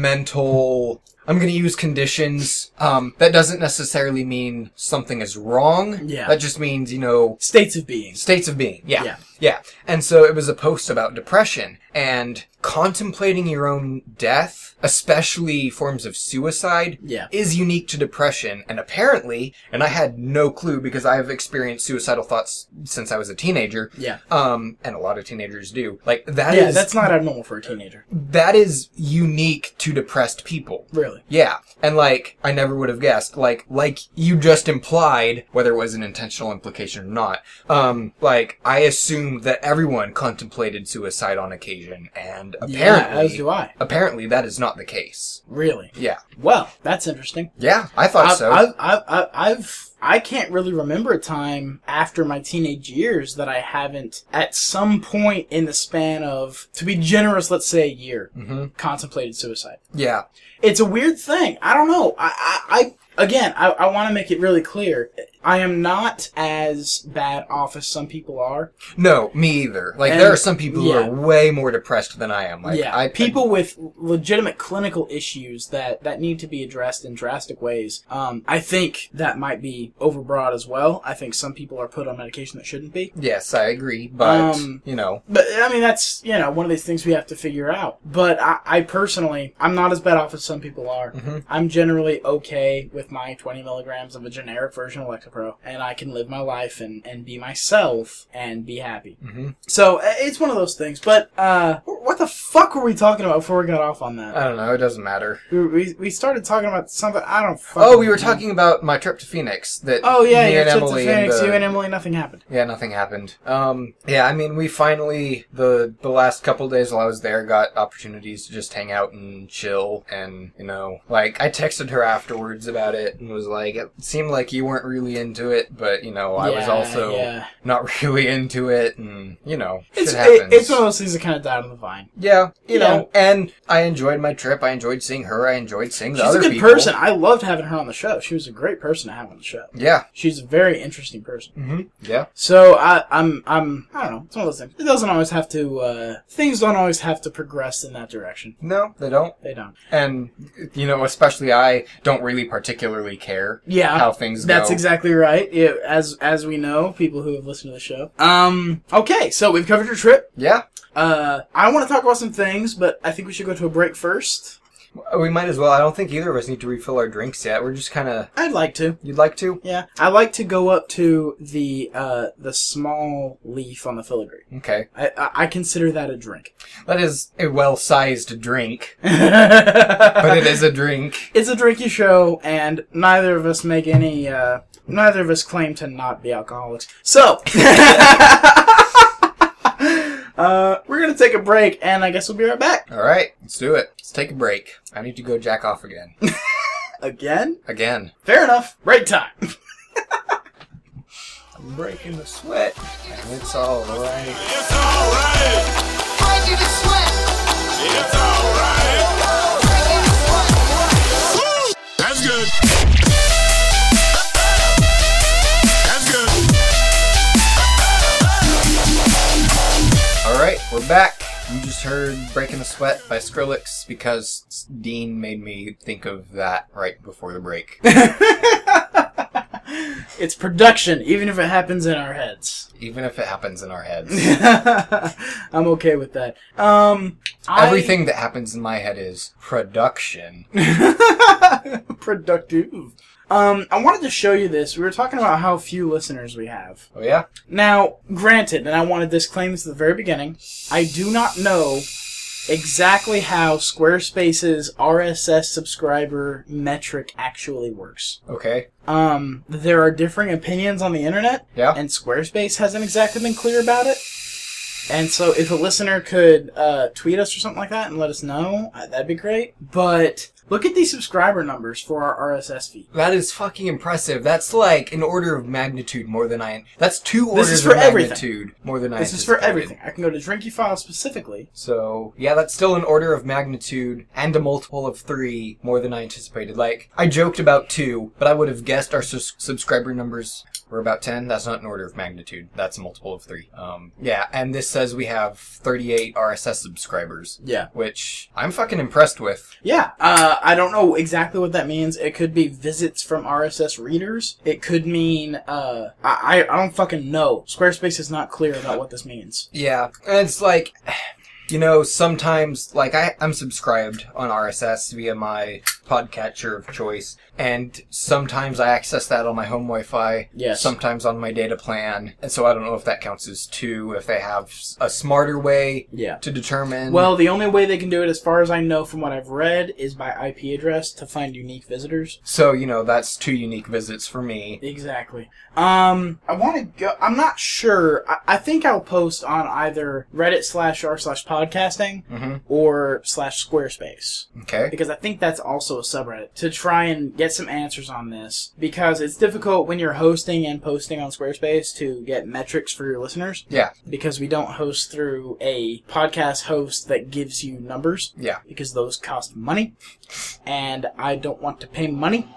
D: mental. I'm gonna use conditions. Um, that doesn't necessarily mean something is wrong.
C: Yeah.
D: That just means you know
C: States of being.
D: States of being, yeah.
C: Yeah.
D: yeah. And so it was a post about depression and contemplating your own death, especially forms of suicide,
C: Yeah.
D: is unique to depression. And apparently, and I had no clue because I've experienced suicidal thoughts since I was a teenager.
C: Yeah.
D: Um, and a lot of teenagers do. Like that is
C: Yeah, that's not abnormal for a teenager.
D: that is unique to depressed people.
C: Really.
D: Yeah, and like I never would have guessed. Like like you just implied, whether it was an intentional implication or not. Um, like I assumed that everyone contemplated suicide on Asian, and
C: Yeah,
D: apparently,
C: as do I.
D: apparently that is not the case.
C: Really?
D: Yeah,
C: Well, that's interesting.
D: yeah, I thought
C: I've,
D: so.
C: I've, I've, I've, I've, I can't really remember a time after my teenage years that I haven't, at some point in the span of, to be generous, let's say a year, contemplated suicide.
D: Mm-hmm. yeah,
C: It's a weird thing. I don't know. I, I, I again, I, I want to make it really clear. I am not as bad off as some people are.
D: no, me either. Like
C: And-
D: there are some people
C: yeah.
D: who are way more depressed than I am. Like
C: yeah,
D: I,
C: people with legitimate clinical issues that that need to be addressed in drastic ways. Um, I think that might be overbroad as well. I think some people are put on medication that shouldn't be.
D: yes, I agree, but
C: Um,
D: you know,
C: But I mean, that's you know one of these things we have to figure out. But I, I personally, I'm not as bad off as some people are.
D: Mm-hmm.
C: I'm generally okay with my 20 milligrams of a generic version of Lexapro, and I can live my life and and be myself and be happy.
D: mm-hmm.
C: So uh, it's one of those things. But uh, what the fuck were we talking about before we got off on that?
D: I don't know. It doesn't matter.
C: We, we, we started talking about something. I don't. Fucking
D: Oh, we were
C: know.
D: talking about my trip to Phoenix. That
C: Oh yeah,
D: me
C: your
D: and uh,
C: trip to
D: Emily
C: Phoenix,
D: the-
C: you and Emily, nothing happened.
D: Yeah, nothing happened. Um, yeah, I mean, we finally the the last couple days while I was there got opportunities to just hang out and chill, and you know, like I texted her afterwards about it and was like, it seemed like you weren't really into it, but you know, I was
C: Yeah,
D: also
C: yeah.
D: not really into it, and you know,
C: It's
D: shit happens.
C: it, it's one of those things that kind of died on the vine.
D: yeah, you
C: Yeah.
D: know, and I enjoyed my trip. I enjoyed seeing her. I enjoyed seeing the
C: She's
D: other
C: a good
D: people.
C: person. I loved having her on the show. She was a great person to have on the show.
D: Yeah,
C: She's a very interesting person.
D: yeah,
C: So I, I'm, I'm, I don't know. It's one of those things. It doesn't always have to. Uh, things don't always have to progress in that direction.
D: no, they don't.
C: They don't.
D: and you know especially i don't really particularly care
C: Yeah,
D: how things
C: That's
D: go
C: exactly right. Yeah, as as we know, people who have listened to the show. Um. Okay, so we've covered your trip.
D: yeah
C: Uh, I want to talk about some things, but I think we should go to a break first.
D: we might as well i don't think either of us need to refill our drinks yet we're just kind of
C: I'd like to.
D: you'd like to
C: Yeah, I like to go up to the uh the small leaf on the filigree.
D: okay
C: I, I, I consider that a drink.
D: that is a well-sized drink but it is a drink
C: It's a drinky show, and neither of us make any. Uh, neither of us claim to not be alcoholics. So, uh, we're gonna take a break, and I guess we'll be right back
D: all right let's do it let's take a break i need to go jack off again
C: again.
D: again
C: Fair enough. Break time.
D: i'm breaking the sweat and it's all right
G: Breaking the sweat.
F: That's good. That's good.
D: all right we're back you just heard breaking the sweat by skrillex because dean made me think of that right before the break
C: It's production, even if it happens in our heads.
D: even if it happens in our heads
C: I'm okay with that. Um, I-
D: Everything that happens in my head is production.
C: productive. Um, I wanted to show you this. We were talking about how few listeners we have.
D: Oh yeah,
C: Now, granted, and I want to disclaim this at the very beginning, I do not know exactly how Squarespace's RSS subscriber metric actually works.
D: okay,
C: Um, there are differing opinions on the internet,
D: Yeah.
C: and Squarespace hasn't exactly been clear about it. And so, if a listener could uh, tweet us or something like that and let us know, uh, that'd be great. But look at these subscriber numbers for our RSS feed.
D: that is fucking impressive. That's like an order of magnitude more than I. That's two orders
C: This is
D: of
C: for everything.
D: magnitude more than I.
C: This is for
D: anticipated.
C: everything. I can go to Drinky File specifically.
D: So yeah, that's still an order of magnitude and a multiple of three more than I anticipated. Like I joked about two, but I would have guessed our sus- subscriber numbers were about ten. That's not an order of magnitude. That's a multiple of three. Um, yeah, and this says we have thirty-eight RSS subscribers.
C: Yeah.
D: which I'm fucking impressed with.
C: Yeah, uh, I don't know exactly what that means. It could be visits from RSS readers. It could mean uh, I I I don't fucking know. Squarespace is not clear about what this means.
D: Yeah, and it's like, you know, sometimes like I I'm subscribed on RSS via my podcatcher of choice, and sometimes I access that on my home Wi-Fi.
C: Yes.
D: Sometimes on my data plan, and so I don't know if that counts as two. If they have s- a smarter way.
C: Yeah.
D: To determine.
C: Well, the only way they can do it, as far as I know from what I've read, is by IP address to find unique visitors.
D: So you know that's two unique visits for me.
C: Exactly. Um, I want to go. I'm not sure. I, I think I'll post on either Reddit slash r slash podcasting or slash Squarespace
D: Okay.
C: because I think that's also a subreddit to try and get some answers on this because it's difficult when you're hosting and posting on Squarespace to get metrics for your listeners
D: Yeah.
C: because we don't host through a podcast host that gives you numbers
D: Yeah.
C: because those cost money and I don't want to pay money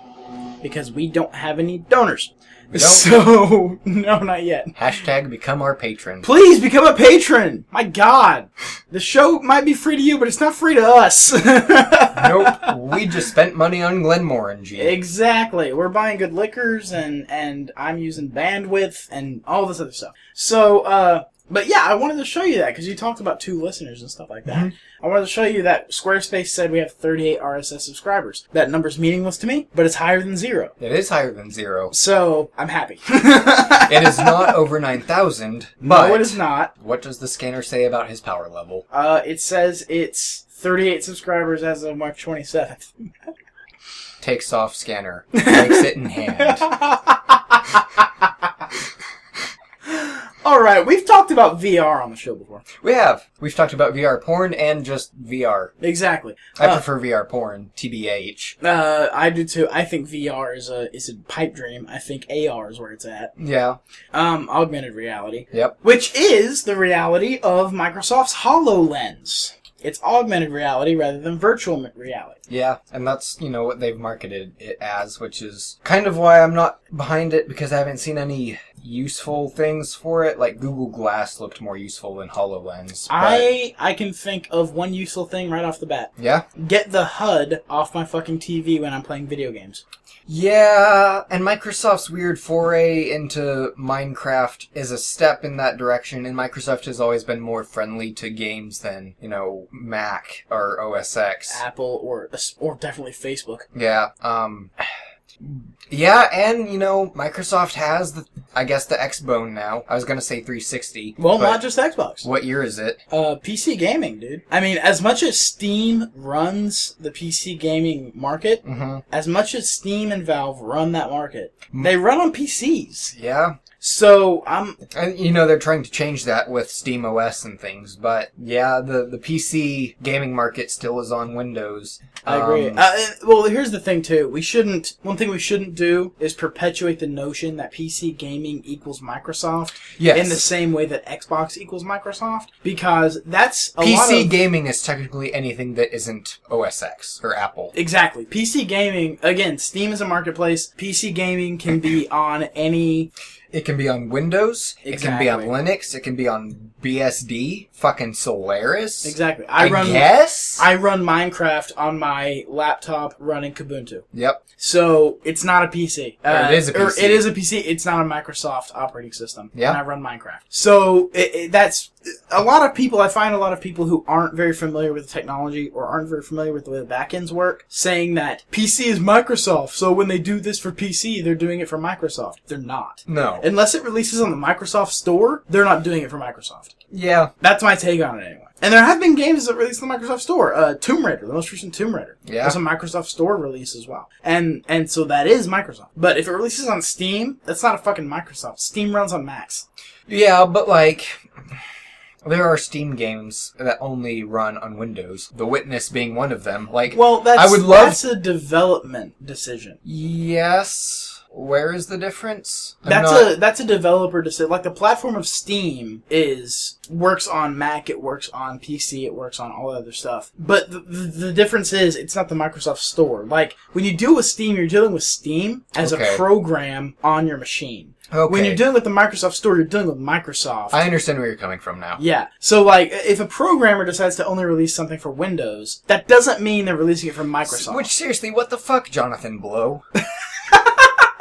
C: because we don't have any donors. So no, not yet.
D: Hashtag become our patron.
C: Please become a patron. My God, the show might be free to you, but it's not free to us.
D: nope. We just spent money on Glenmore and G.
C: Exactly. We're buying good liquors and and I'm using bandwidth and all this other stuff. So uh but yeah, I wanted to show you that because you talked about two listeners and stuff like that.
D: Mm-hmm.
C: I wanted to show you that Squarespace said we have 38 RSS subscribers. That number's meaningless to me, but it's higher than zero.
D: It is higher than zero.
C: So I'm happy.
D: It is not over 9,000, but
C: no, it is not.
D: what does the scanner say about his power level?
C: Uh, it says it's 38 subscribers as of March 27th.
D: Takes off scanner, takes it in hand.
C: All right, we've talked about VR on the show before.
D: We have. We've talked about VR porn and just VR.
C: Exactly.
D: I
C: Uh,
D: prefer VR porn, TBH.
C: Uh, I do too. I think VR is a is a pipe dream. I think AR is where it's at.
D: Yeah.
C: Um, augmented reality,
D: Yep.
C: which is the reality of Microsoft's Hololens. It's augmented reality rather than virtual m- reality.
D: Yeah. And that's, you know, what they've marketed it as, which is kind of why I'm not behind it because I haven't seen any useful things for it. Like Google Glass looked more useful than HoloLens. but-
C: I I can think of one useful thing right off the bat.
D: Yeah.
C: Get the HUD off my fucking TV when I'm playing video games.
D: Yeah, and Microsoft's weird foray into Minecraft is a step in that direction, and Microsoft has always been more friendly to games than, you know, Mac or OS X.
C: Apple or or definitely Facebook.
D: Yeah, um. Yeah, and, you know, Microsoft has the, I guess, the Xbone now. I was gonna say 360.
C: Well,
D: but
C: not just Xbox.
D: What year is it?
C: Uh, PC gaming, dude. I mean, as much as Steam runs the PC gaming market,
D: Mm
C: as much as Steam and Valve run that market, they run on PCs.
D: hmm. Yeah.
C: So I'm
D: And, you know, they're trying to change that with Steam OS and things, but yeah, the, the PC gaming market still is on Windows.
C: I agree.
D: Um,
C: uh, and- well, here's the thing too. We shouldn't. One thing we shouldn't do is perpetuate the notion that PC gaming equals Microsoft
D: Yes.
C: in the same way that Xbox equals Microsoft, because that's a lot
D: PC
C: of-
D: gaming is technically anything that isn't OS X or Apple.
C: Exactly. PC gaming again. Steam is a marketplace. PC gaming can be on any
D: It can be on Windows. It can
C: Exactly.
D: be on Linux. It can be on BSD. Fucking Solaris.
C: exactly. I,
D: I,
C: run.
D: guess.
C: I run Minecraft on my laptop running Kubuntu.
D: yep.
C: So it's not a PC.
D: it is a
C: or
D: PC.
C: it is a PC. It's not a Microsoft operating system.
D: Yeah.
C: And I run Minecraft. So it, it, that's a lot of people. I find a lot of people who aren't very familiar with the technology or aren't very familiar with the way the backends work saying that PC is Microsoft. So when they do this for PC, they're doing it for Microsoft. They're not.
D: No.
C: Unless it releases on the Microsoft Store, they're not doing it for Microsoft.
D: yeah.
C: That's my take on it anyway. And there have been games that released on the Microsoft Store. Uh, Tomb Raider, the most recent Tomb Raider,
D: Yeah.
C: was a Microsoft Store release as well. And and so that is Microsoft. But if it releases on Steam, that's not a fucking Microsoft. Steam runs on Macs.
D: Yeah, but like. There are Steam games that only run on Windows. The Witness being one of them. Like,
C: Well, that's
D: I would love.
C: that's a development decision.
D: yes. Where is the difference? I'm
C: That's
D: not-
C: a that's a developer decision. Like the platform of Steam is works on Mac, it works on PC, it works on all other stuff. But the, the, the difference is it's not the Microsoft Store. Like when you deal with Steam, you're dealing with Steam as
D: Okay.
C: a program on your machine.
D: Okay.
C: When you're dealing with the Microsoft Store, you're dealing with Microsoft.
D: I understand where you're coming from now.
C: yeah. So like if a programmer decides to only release something for Windows, that doesn't mean they're releasing it for Microsoft.
D: Which seriously, what the fuck, Jonathan Blow?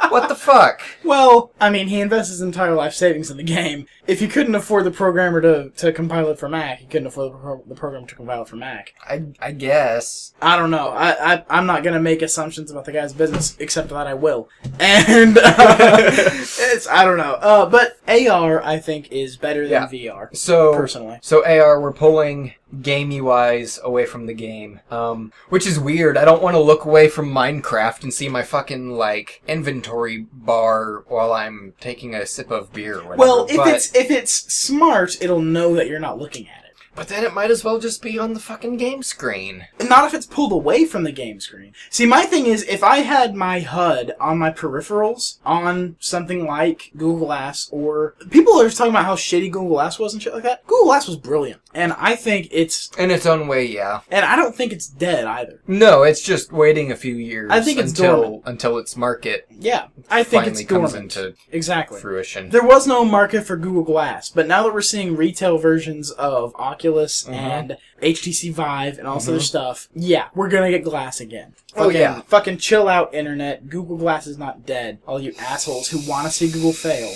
D: what the fuck?
C: Well, I mean, he invests his entire life savings in the game. If he couldn't afford the programmer to, to compile it for Mac, he couldn't afford the, pro- the program to compile it for Mac.
D: I I guess.
C: I don't know. I, I I'm not gonna make assumptions about the guy's business, except that I will. And uh, it's I don't know. Uh, but AR I think is better than VR.
D: So
C: Personally.
D: so AR, we're pulling game UIs away from the game, um, which is weird. I don't want to look away from Minecraft and see my fucking like inventory bar while I'm taking a sip of beer. Or whatever.
C: Well, if
D: but-
C: it's if it's smart, it'll know that you're not looking at it.
D: But then it might as well just be on the fucking game screen.
C: Not if it's pulled away from the game screen. See, my thing is, if I had my HUD on my peripherals, on something like Google Glass, or people are talking about how shitty Google Glass was and shit like that. Google Glass was brilliant, and I think it's,
D: In its own way, yeah.
C: and I don't think it's dead either.
D: No, it's just waiting a few years.
C: I think it's
D: until
C: dormant.
D: until its market
C: Yeah, I think
D: finally
C: it's
D: comes
C: dormant.
D: into
C: exactly.
D: fruition.
C: There was no market for Google Glass, but now that we're seeing retail versions of Oculus
D: Uh-huh.
C: and HTC Vive and all this other stuff, yeah, we're gonna get Glass again.
D: Oh,
C: Fucking-
D: yeah.
C: Fucking chill out, internet. Google Glass is not dead. All you assholes who want to see Google fail.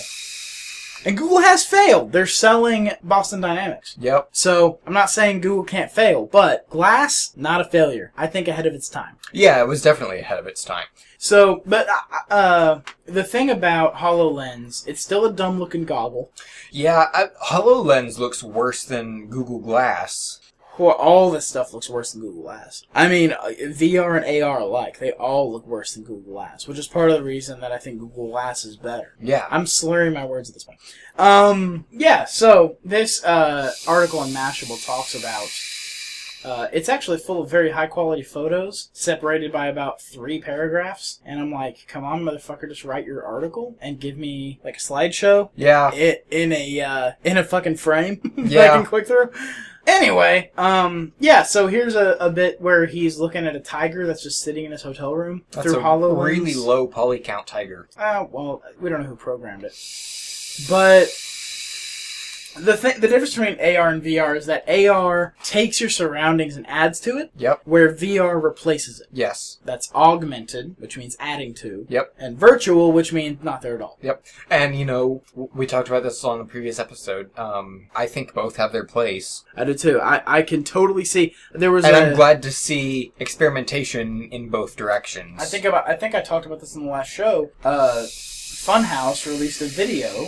C: And Google has failed. They're selling Boston Dynamics.
D: Yep.
C: So, I'm not saying Google can't fail, but Glass, not a failure. I think ahead of its time.
D: Yeah, it was definitely ahead of its time.
C: So, but, uh, uh, the thing about HoloLens, it's still a dumb looking goggle.
D: Yeah, I, HoloLens looks worse than Google Glass.
C: Well, all this stuff looks worse than Google Glass. I mean, uh, VR and AR alike, they all look worse than Google Glass, which is part of the reason that I think Google Glass is better.
D: Yeah.
C: I'm slurring my words at this point. Um, yeah, so this uh, article on Mashable talks about. Uh, it's actually full of very high quality photos, separated by about three paragraphs. And I'm like, come on, motherfucker, just write your article and give me like a slideshow
D: yeah.
C: it in a uh, in a fucking frame yeah.
D: Yeah.
C: that I can click through. Anyway, um, yeah. So here's a, a bit where he's looking at a tiger that's just sitting in his hotel room
D: That's
C: through
D: a
C: hollow
D: really low poly count tiger.
C: Uh, well, we don't know who programmed it, but the th- the difference between AR and VR is that AR takes your surroundings and adds to it,
D: Yep.
C: where VR replaces it.
D: Yes.
C: That's augmented, which means adding to.
D: Yep.
C: And virtual, which means not there at all.
D: Yep. And you know, w- we talked about this on the previous episode. Um, I think both have their place,
C: I do too. I, I can totally see there was.
D: and
C: a,
D: I'm glad to see experimentation in both directions.
C: I think about. I think I talked about this in the last show. Uh, Funhouse released a video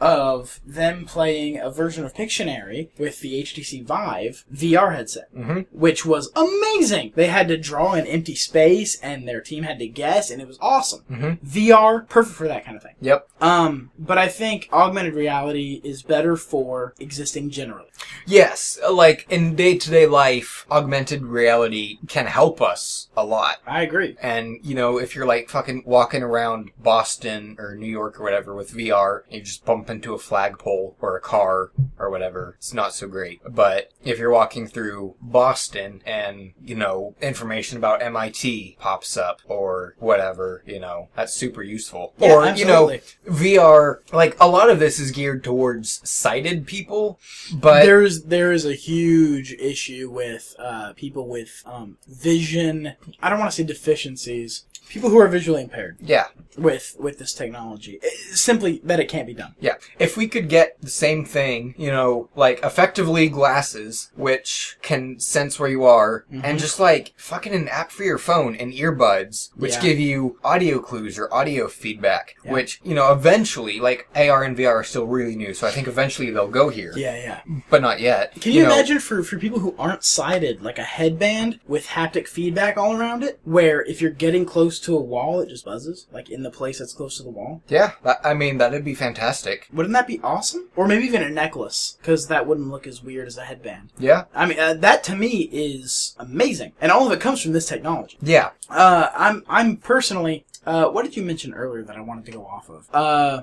C: of them playing a version of Pictionary with the HTC Vive VR headset,
D: Mhm.
C: which was amazing. They had to draw an empty space, and their team had to guess, and it was awesome.
D: Mhm.
C: VR, perfect for that kind of thing.
D: Yep.
C: Um, but I think augmented reality is better for existing generally.
D: Yes. Like in day to day life, augmented reality can help us a lot.
C: I agree.
D: And, you know, if you're like fucking walking around Boston or New York or whatever with VR, and you just bump into a flagpole or a car or whatever, it's not so great. But if you're walking through Boston and, you know, information about MIT pops up or whatever, you know, that's super useful.
C: Yeah,
D: or,
C: absolutely.
D: you know, VR, like a lot of this is geared towards sighted people, but.
C: there's there is a huge issue with uh, people with um, vision. I don't want to say deficiencies. People who are visually impaired
D: yeah,
C: with with this technology. It- simply that it can't be done.
D: Yeah. If we could get the same thing, you know, like effectively glasses, which can sense where you are,
C: Mm-hmm.
D: and just like fucking an app for your phone and earbuds, which
C: Yeah.
D: give you audio clues or audio feedback, which, you know, eventually, like AR and VR are still really new, so I think eventually they'll go here.
C: Yeah, yeah.
D: But not yet.
C: Can you,
D: know.
C: imagine for for people who aren't sighted, like a headband with haptic feedback all around it, where if you're getting close to a wall, it just buzzes, like in the place that's close to the wall.
D: Yeah, that, I mean, that'd be fantastic.
C: Wouldn't that be awesome? Or maybe even a necklace, because that wouldn't look as weird as a headband.
D: Yeah?
C: I mean, uh, that to me is amazing, and all of it comes from this technology.
D: Yeah.
C: Uh, I'm I'm personally. Uh, what did you mention earlier that I wanted to go off of? Uh,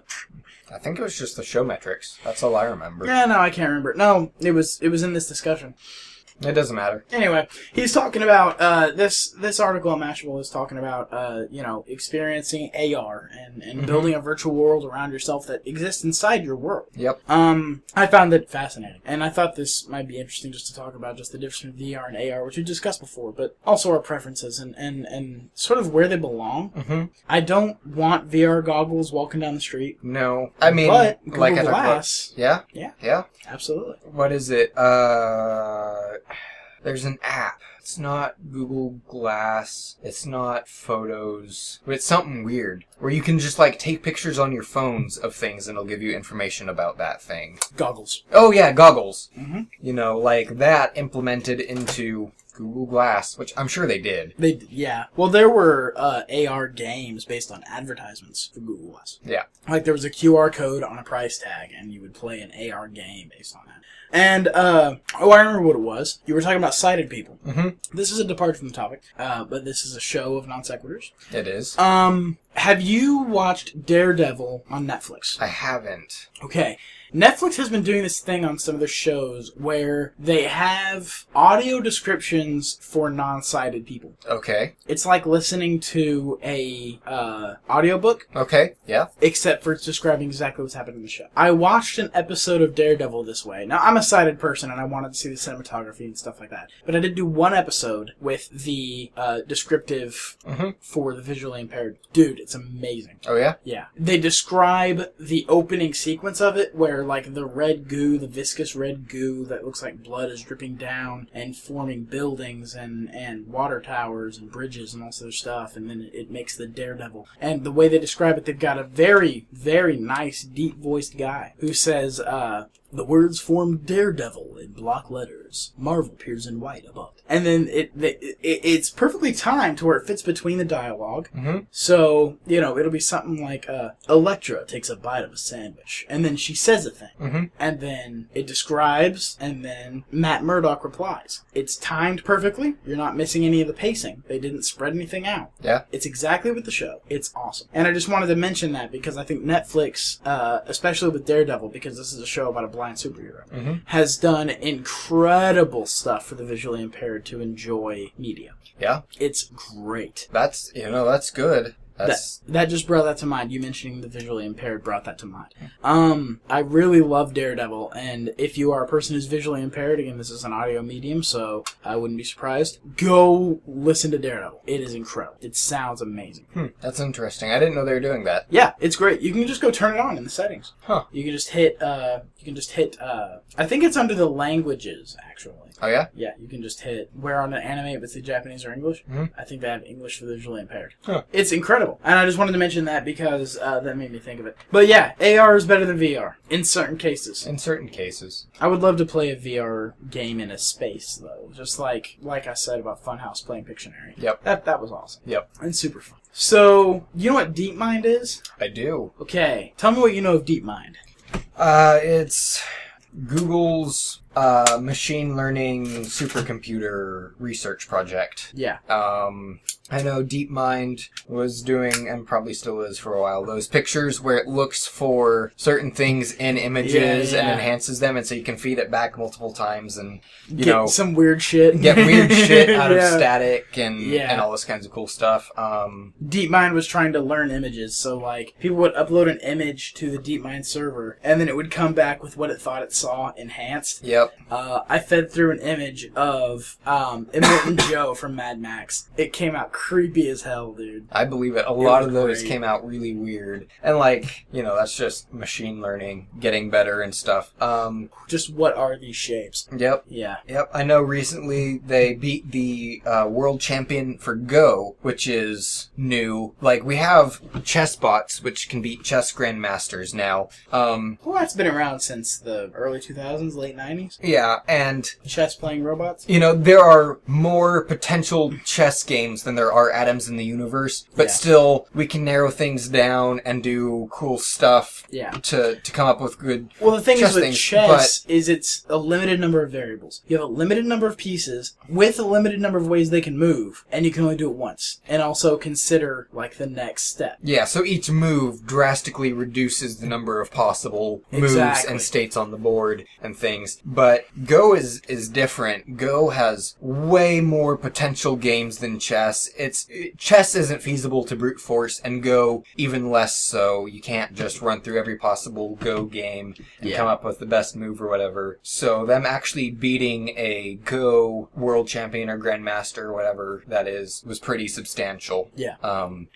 D: I think it was just the show metrics. That's all I remember.
C: yeah, no, I can't remember. No, it was it was in this discussion.
D: It doesn't matter.
C: Anyway, he's talking about uh, this this article on Mashable is talking about uh, you know experiencing AR and and building a virtual world around yourself that exists inside your world.
D: Yep.
C: Um, I found it fascinating, and I thought this might be interesting just to talk about just the difference between VR and AR, which we discussed before, but also our preferences and and and sort of where they belong.
D: Mhm.
C: I don't want VR goggles walking down the street,
D: No. I mean,
C: but Google
D: like I talked about-
C: Glass,
D: Yeah?
C: Yeah.
D: Yeah?
C: absolutely.
D: what is it? Uh, there's an app. It's not Google Glass. It's not photos. But it's something weird where you can just like take pictures on your phones of things and it'll give you information about that thing.
C: Goggles.
D: Oh yeah, goggles.
C: Mhm.
D: You know, like that implemented into Google Glass, which I'm sure they did.
C: They d- yeah. Well, there were uh, AR games based on advertisements for Google Glass.
D: Yeah.
C: Like there was a QR code on a price tag, and you would play an AR game based on that. And uh, oh, I remember what it was. You were talking about sighted people. Mm-hmm. This is a departure from the topic, uh, but this is a show of non sequiturs.
D: It is.
C: Um, have you watched Daredevil on Netflix?
D: I haven't.
C: Okay. Netflix has been doing this thing on some of their shows where they have audio descriptions for non-sighted people.
D: Okay.
C: It's like listening to a uh, audiobook,
D: Okay. Yeah.
C: except for it's describing exactly what's happening in the show. I watched an episode of Daredevil this way. Now I'm a sighted person, and I wanted to see the cinematography and stuff like that. But I did do one episode with the uh, descriptive for the visually impaired. Dude, it's amazing.
D: Oh yeah.
C: Yeah. They describe the opening sequence of it where like the red goo, the viscous red goo that looks like blood is dripping down and forming buildings and and water towers and bridges and all this other stuff and then it, it makes the daredevil. And the way they describe it, they've got a very very nice deep voiced guy who says uh the words form daredevil in block letters. Marvel appears in white above. And then it, it, it it's perfectly timed to where it fits between the dialog so, you know, it'll be something like uh, Electra takes a bite of a sandwich, and then she says a thing, and then it describes, and then Matt Murdock replies. It's timed perfectly. You're not missing any of the pacing. They didn't spread anything out.
D: Yeah.
C: It's exactly with the show. It's awesome. And I just wanted to mention that because I think Netflix, uh, especially with Daredevil, because this is a show about a blind superhero, has done incredible stuff for the visually impaired to enjoy media.
D: Yeah.
C: It's great.
D: That's you know that's good. That's
C: That, that just brought that to mind. You mentioning the visually impaired brought that to mind. Um, I really love Daredevil, and if you are a person who's visually impaired, again, this is an audio medium, so I wouldn't be surprised. Go listen to Daredevil. It is incredible. It sounds amazing.
D: that's interesting. I didn't know they were doing that.
C: Yeah, it's great. You can just go turn it on in the settings.
D: Huh.
C: You can just hit. Uh, you can just hit. Uh, I think it's under the languages actually.
D: Oh yeah.
C: Yeah, you can just hit where on an anime if it's in Japanese or English.
D: Mm-hmm.
C: I think they have English for the visually impaired. It's incredible, and I just wanted to mention that because uh, that made me think of it. But yeah, AR is better than VR in certain cases.
D: In certain cases.
C: I would love to play a VR game in a space though, just like like I said about Funhouse playing Pictionary.
D: Yep.
C: that that was awesome
D: Yep.
C: and super fun. So you know what DeepMind is?
D: I do.
C: Okay, tell me what you know of DeepMind.
D: Uh, it's Google's uh, machine learning supercomputer research project.
C: Yeah,
D: Um, I know DeepMind was doing, and probably still is for a while, those pictures where it looks for certain things in images
C: Yeah, yeah.
D: and enhances them, and so you can feed it back multiple times and, you
C: get
D: know,
C: some weird shit.
D: get weird shit out of
C: Yeah.
D: static and,
C: Yeah.
D: and all this kinds of cool stuff. Um,
C: DeepMind was trying to learn images, so like people would upload an image to the DeepMind server, and then it would come back with what it thought it saw enhanced.
D: yep.
C: Uh, I fed through an image of um, Emmett and Joe from Mad Max. It came out creepy as hell, dude.
D: I believe it. A lot
C: was
D: of those
C: great.
D: came out really weird. And like, you know, that's just machine learning getting better and stuff. Um,
C: Just what are these shapes?
D: yep.
C: Yeah.
D: Yep, I know recently they beat the uh, world champion for Go, which is new. Like, we have chess bots, which can beat chess grandmasters now. Um,
C: Well, that's been around since the early 2000s, late 90s.
D: yeah, and
C: Chess playing robots.
D: you know, there are more potential chess games than there are atoms in the universe, but
C: Yeah.
D: still, we can narrow things down and do cool stuff
C: Yeah.
D: to, to come up with good.
C: Well, the thing
D: chess
C: is with
D: things,
C: chess is it's a limited number of variables. You have a limited number of pieces with a limited number of ways they can move, and you can only do it once. And also consider like the next step.
D: Yeah, so each move drastically reduces the number of possible moves
C: Exactly.
D: and states on the board and things. But Go is is different. Go has way more potential games than chess. It's chess isn't feasible to brute force and Go even less so. You can't just run through every possible Go game and come up with the best move or whatever. So them actually beating a Go world champion or grandmaster or whatever that is was pretty substantial.
C: Yeah.
D: Um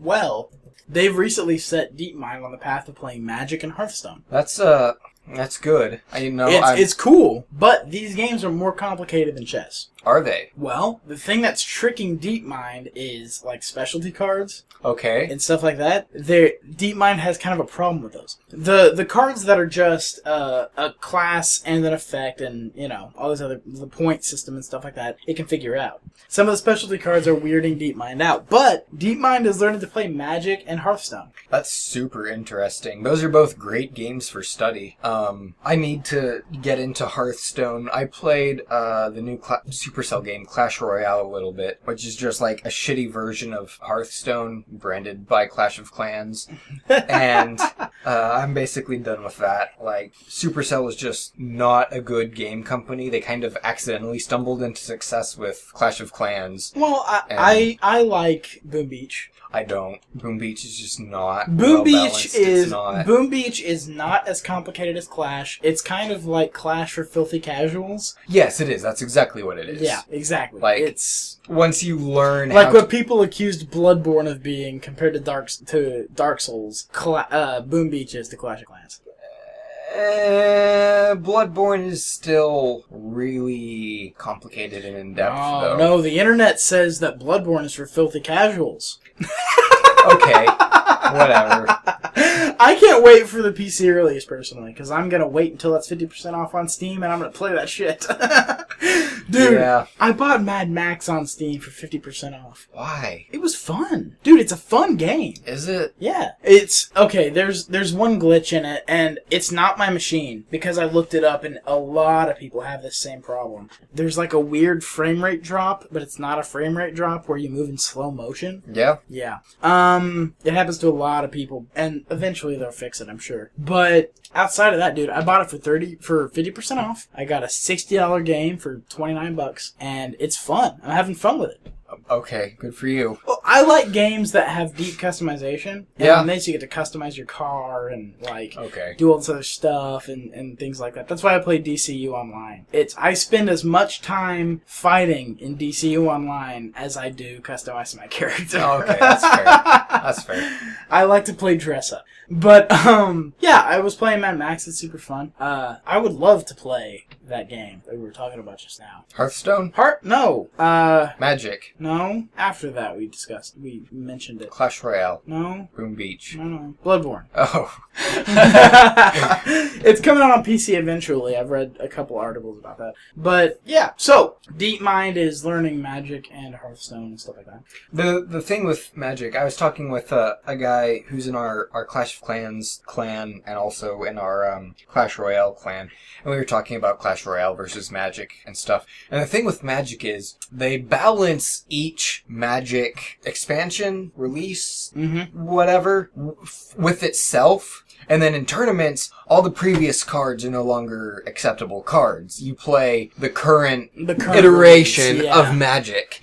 C: Well, they've recently set DeepMind on the path of playing Magic and Hearthstone.
D: That's uh, that's good. I you know.
C: It's,
D: Oh, I'm,
C: it's cool, but these games are more complicated than chess.
D: Are they?
C: Well, the thing that's tricking DeepMind is like specialty cards
D: Okay.
C: and stuff like that. There, DeepMind has kind of a problem with those. The the cards that are just uh, a class and an effect and you know all this other the point system and stuff like that, it can figure out. Some of the specialty cards are weirding DeepMind out, but DeepMind is learning to play Magic and Hearthstone.
D: That's super interesting. Those are both great games for study. Um, I need to get into Hearthstone. I played uh, the new Cla- Supercell game Clash Royale a little bit, which is just like a shitty version of Hearthstone branded by Clash of Clans. and uh, I'm basically done with that. Like, Supercell is just not a good game company. They kind of accidentally stumbled into success with Clash of Clans.
C: Well, I I, I like Boom Beach.
D: I don't. Boom Beach is just not.
C: Boom
D: well-balanced.
C: Beach
D: It's
C: is
D: not.
C: Boom Beach is not as complicated as Clash. It's kind of like Clash for filthy casuals.
D: Yes, it is. That's exactly what it is.
C: Yeah, exactly.
D: Like-
C: it's
D: Once you learn
C: like
D: how
C: what people accused Bloodborne of being compared to Dark to Dark Souls. Cla- uh, Boom Beach is to Clash of Clans.
D: to, uh, Bloodborne is still really complicated and in depth,
C: Oh
D: though.
C: no, the internet says that Bloodborne is for filthy casuals.
D: Okay. Whatever.
C: I can't wait for the PC release personally because I'm gonna wait until that's fifty percent off on Steam and I'm gonna play that shit, dude.
D: Yeah.
C: I bought Mad Max on Steam for fifty percent off.
D: Why
C: It was fun, dude. It's a fun game.
D: is it?
C: Yeah, it's okay. There's there's one glitch in it, and it's not my machine because I looked it up, and a lot of people have this same problem. There's like a weird frame rate drop, but it's not a frame rate drop where you move in slow motion.
D: Yeah.
C: Yeah. Um, it happens to a lot of people, and eventually they'll fix it, I'm sure. But outside of that, dude, I bought it for thirty for fifty percent off. I got a sixty dollar game for twenty nine bucks, and it's fun. I'm having fun with it.
D: Okay. Good for you.
C: Well, I like games that have deep customization. And
D: Yeah.
C: On this, you get to customize your car and like
D: Okay.
C: do all this other stuff and, and things like that. That's why I play DCU online. It's I spend as much time fighting in DCU online as I do customizing my character.
D: Oh, Okay. That's fair. That's fair.
C: I like to play dress up. But um yeah, I was playing Mad Max, it's super fun. Uh I would love to play that game that we were talking about just now.
D: Hearthstone,
C: Heart no. Uh
D: Magic,
C: no. After that we discussed we mentioned it.
D: Clash Royale,
C: No,
D: Boom Beach.
C: No, no. Bloodborne.
D: Oh.
C: it's coming out on PC eventually. I've read a couple articles about that. But yeah, so DeepMind is learning magic and Hearthstone and stuff like that.
D: The the thing with magic, I was talking with uh, a guy who's in our, our Clash of Clans clan and also in our um, Clash Royale clan, and we were talking about Clash Royale versus magic and stuff. And the thing with magic is they balance each magic expansion, release,
C: Mm-hmm.
D: whatever, w- f- with itself. And then in tournaments, all the previous cards are no longer acceptable cards. You play the current,
C: The current
D: iteration
C: release, yeah.
D: of magic.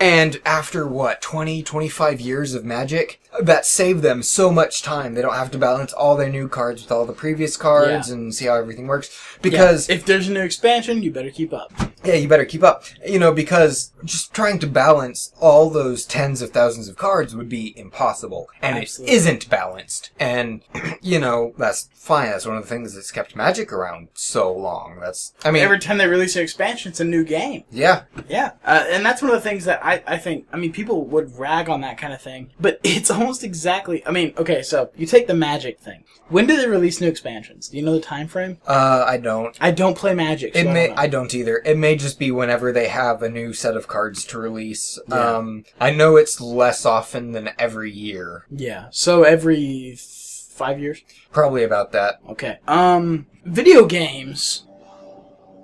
D: And after what, 20, 25 years of magic, that saved them so much time. They don't have to balance all their new cards with all the previous cards
C: Yeah.
D: and see how everything works. Because, yeah,
C: if there's a new expansion, you better keep up.
D: you better keep up. You know, because just trying to balance all those tens of thousands of cards would be impossible. And
C: Absolutely.
D: it isn't balanced. And, you know, that's fine. That's one of the things that's kept magic around so long. That's, I mean,
C: Every time they release an expansion, it's a new game.
D: yeah.
C: Yeah. Uh, and that's one of the things that I, I think, I mean, people would rag on that kind of thing, but it's almost exactly, I mean, okay, so you take the magic thing. When do they release new expansions? Do you know the time frame?
D: Uh, I don't.
C: I don't play magic. So uh,
D: It
C: I
D: may.
C: don't know.
D: I don't either. It may just be whenever they have a new set of cards to release. Um, I know it's less often than every year.
C: Yeah. So every f- five years.
D: Probably about that.
C: Okay. Um, video games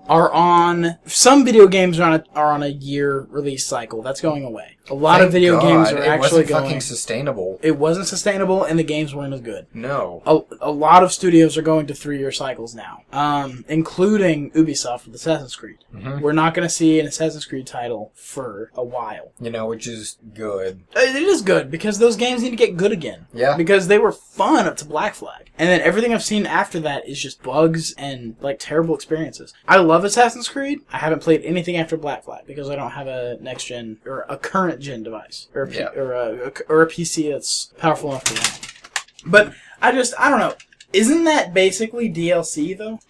C: are on some video games are on a, are on a year release cycle. That's going away. A lot of
D: Thank
C: video
D: God,
C: games are
D: it
C: actually
D: wasn't
C: going.
D: fucking sustainable.
C: it wasn't sustainable, and the games weren't as good.
D: No.
C: A, a lot of studios are going to three-year cycles now, um, including Ubisoft with Assassin's Creed.
D: Mm-hmm.
C: We're not going to see an Assassin's Creed title for a while.
D: You know, which is good.
C: Uh, It is good because those games need to get good again.
D: Yeah.
C: Because they were fun up to Black Flag, and then everything I've seen after that is just bugs and like terrible experiences. I love Assassin's Creed. I haven't played anything after Black Flag because I don't have a next gen or a current gen device or a P-
D: Yeah.
C: or a, a c- or a PC that's powerful enough for that. But I just I don't know. Isn't that basically DLC though?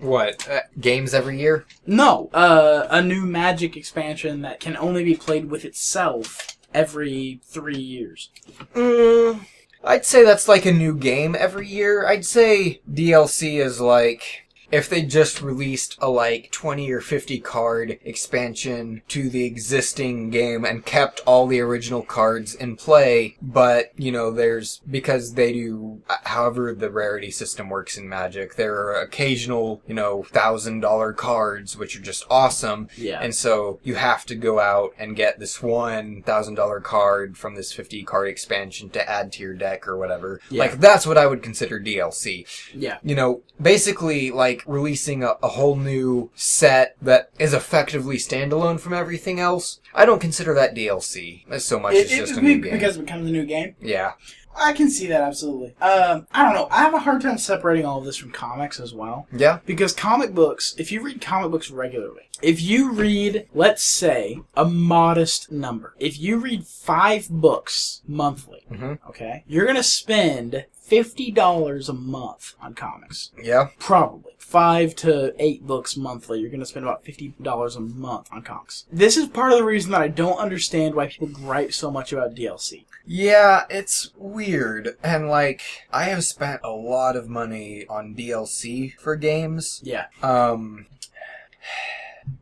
D: What? Uh, games every year?
C: No, uh, a new Magic expansion that can only be played with itself every three years.
D: Mm, I'd say that's like a new game every year. I'd say DLC is like if they just released a like 20 or 50 card expansion to the existing game and kept all the original cards in play, but you know, there's because they do however the rarity system works in Magic, there are occasional, you know, $1000 cards which are just awesome.
C: Yeah.
D: And so you have to go out and get this one thousand dollar card from this fifty card expansion to add to your deck or whatever.
C: Yeah.
D: Like that's what I would consider DLC.
C: Yeah.
D: You know, basically like releasing a, a whole new set that is effectively standalone from everything else. I don't consider that DLC as so much as
C: It,
D: just
C: it,
D: a new game.
C: because it becomes a new game.
D: yeah.
C: I can see that absolutely. Um, I don't know. I have a hard time separating all of this from comics as well.
D: Yeah.
C: Because comic books, if you read comic books regularly, if you read, let's say, a modest number, if you read five books monthly,
D: Mhm.
C: okay, you're going to spend $50 a month on comics.
D: Yeah.
C: Probably. Five to eight books monthly, you're going to spend about $50 a month on comics. This is part of the reason that I don't understand why people gripe so much about DLC.
D: Yeah, it's weird. And like I have spent a lot of money on DLC for games.
C: Yeah.
D: Um,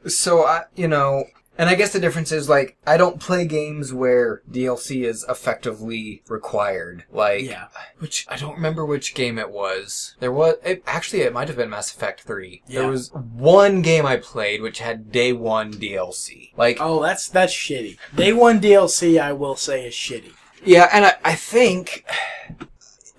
D: so I, you know, and I guess the difference is like I don't play games where DLC is effectively required. Like,
C: Yeah.
D: which I don't remember which game it was. There was it, actually it might have been Mass Effect Three.
C: Yeah.
D: There was one game I played which had day one DLC. Like,
C: Oh, that's that's shitty. Day
D: Hmm.
C: one DLC, I will say, is shitty.
D: Yeah, and I, I think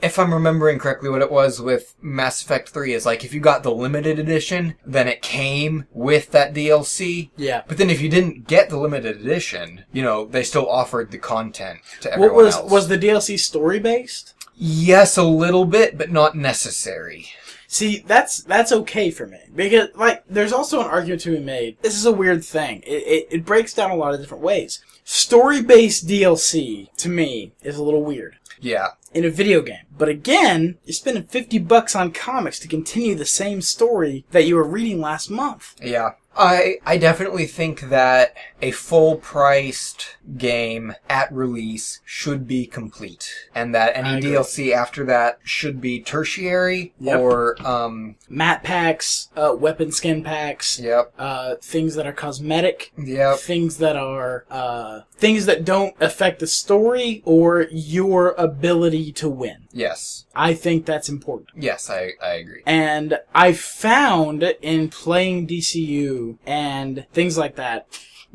D: if I'm remembering correctly what it was with Mass Effect 3 is like if you got the limited edition, then it came with that DLC.
C: Yeah.
D: But then if you didn't get the limited edition, you know, they still offered the content to everyone
C: What was
D: else.
C: was the DLC story based?
D: Yes, a little bit, but not necessary.
C: See, that's that's okay for me because like there's also an argument to be made. This is a weird thing. It it, it breaks down a lot of different ways. Story based DLC to me is a little weird
D: Yeah.
C: in a video game. But again, you're spending fifty bucks on comics to continue the same story that you were reading last month.
D: Yeah. I I definitely think that a full priced game at release should be complete and that
C: I
D: any
C: agree.
D: DLC after that should be tertiary
C: Yep.
D: or um
C: Mat packs, uh, weapon skin packs,
D: yep.
C: uh, things that are cosmetic.
D: Yep.
C: things that are uh, things that don't affect the story or your ability to win.
D: Yes.
C: I think that's important.
D: Yes, I I agree.
C: And I found in playing DCU and things like that,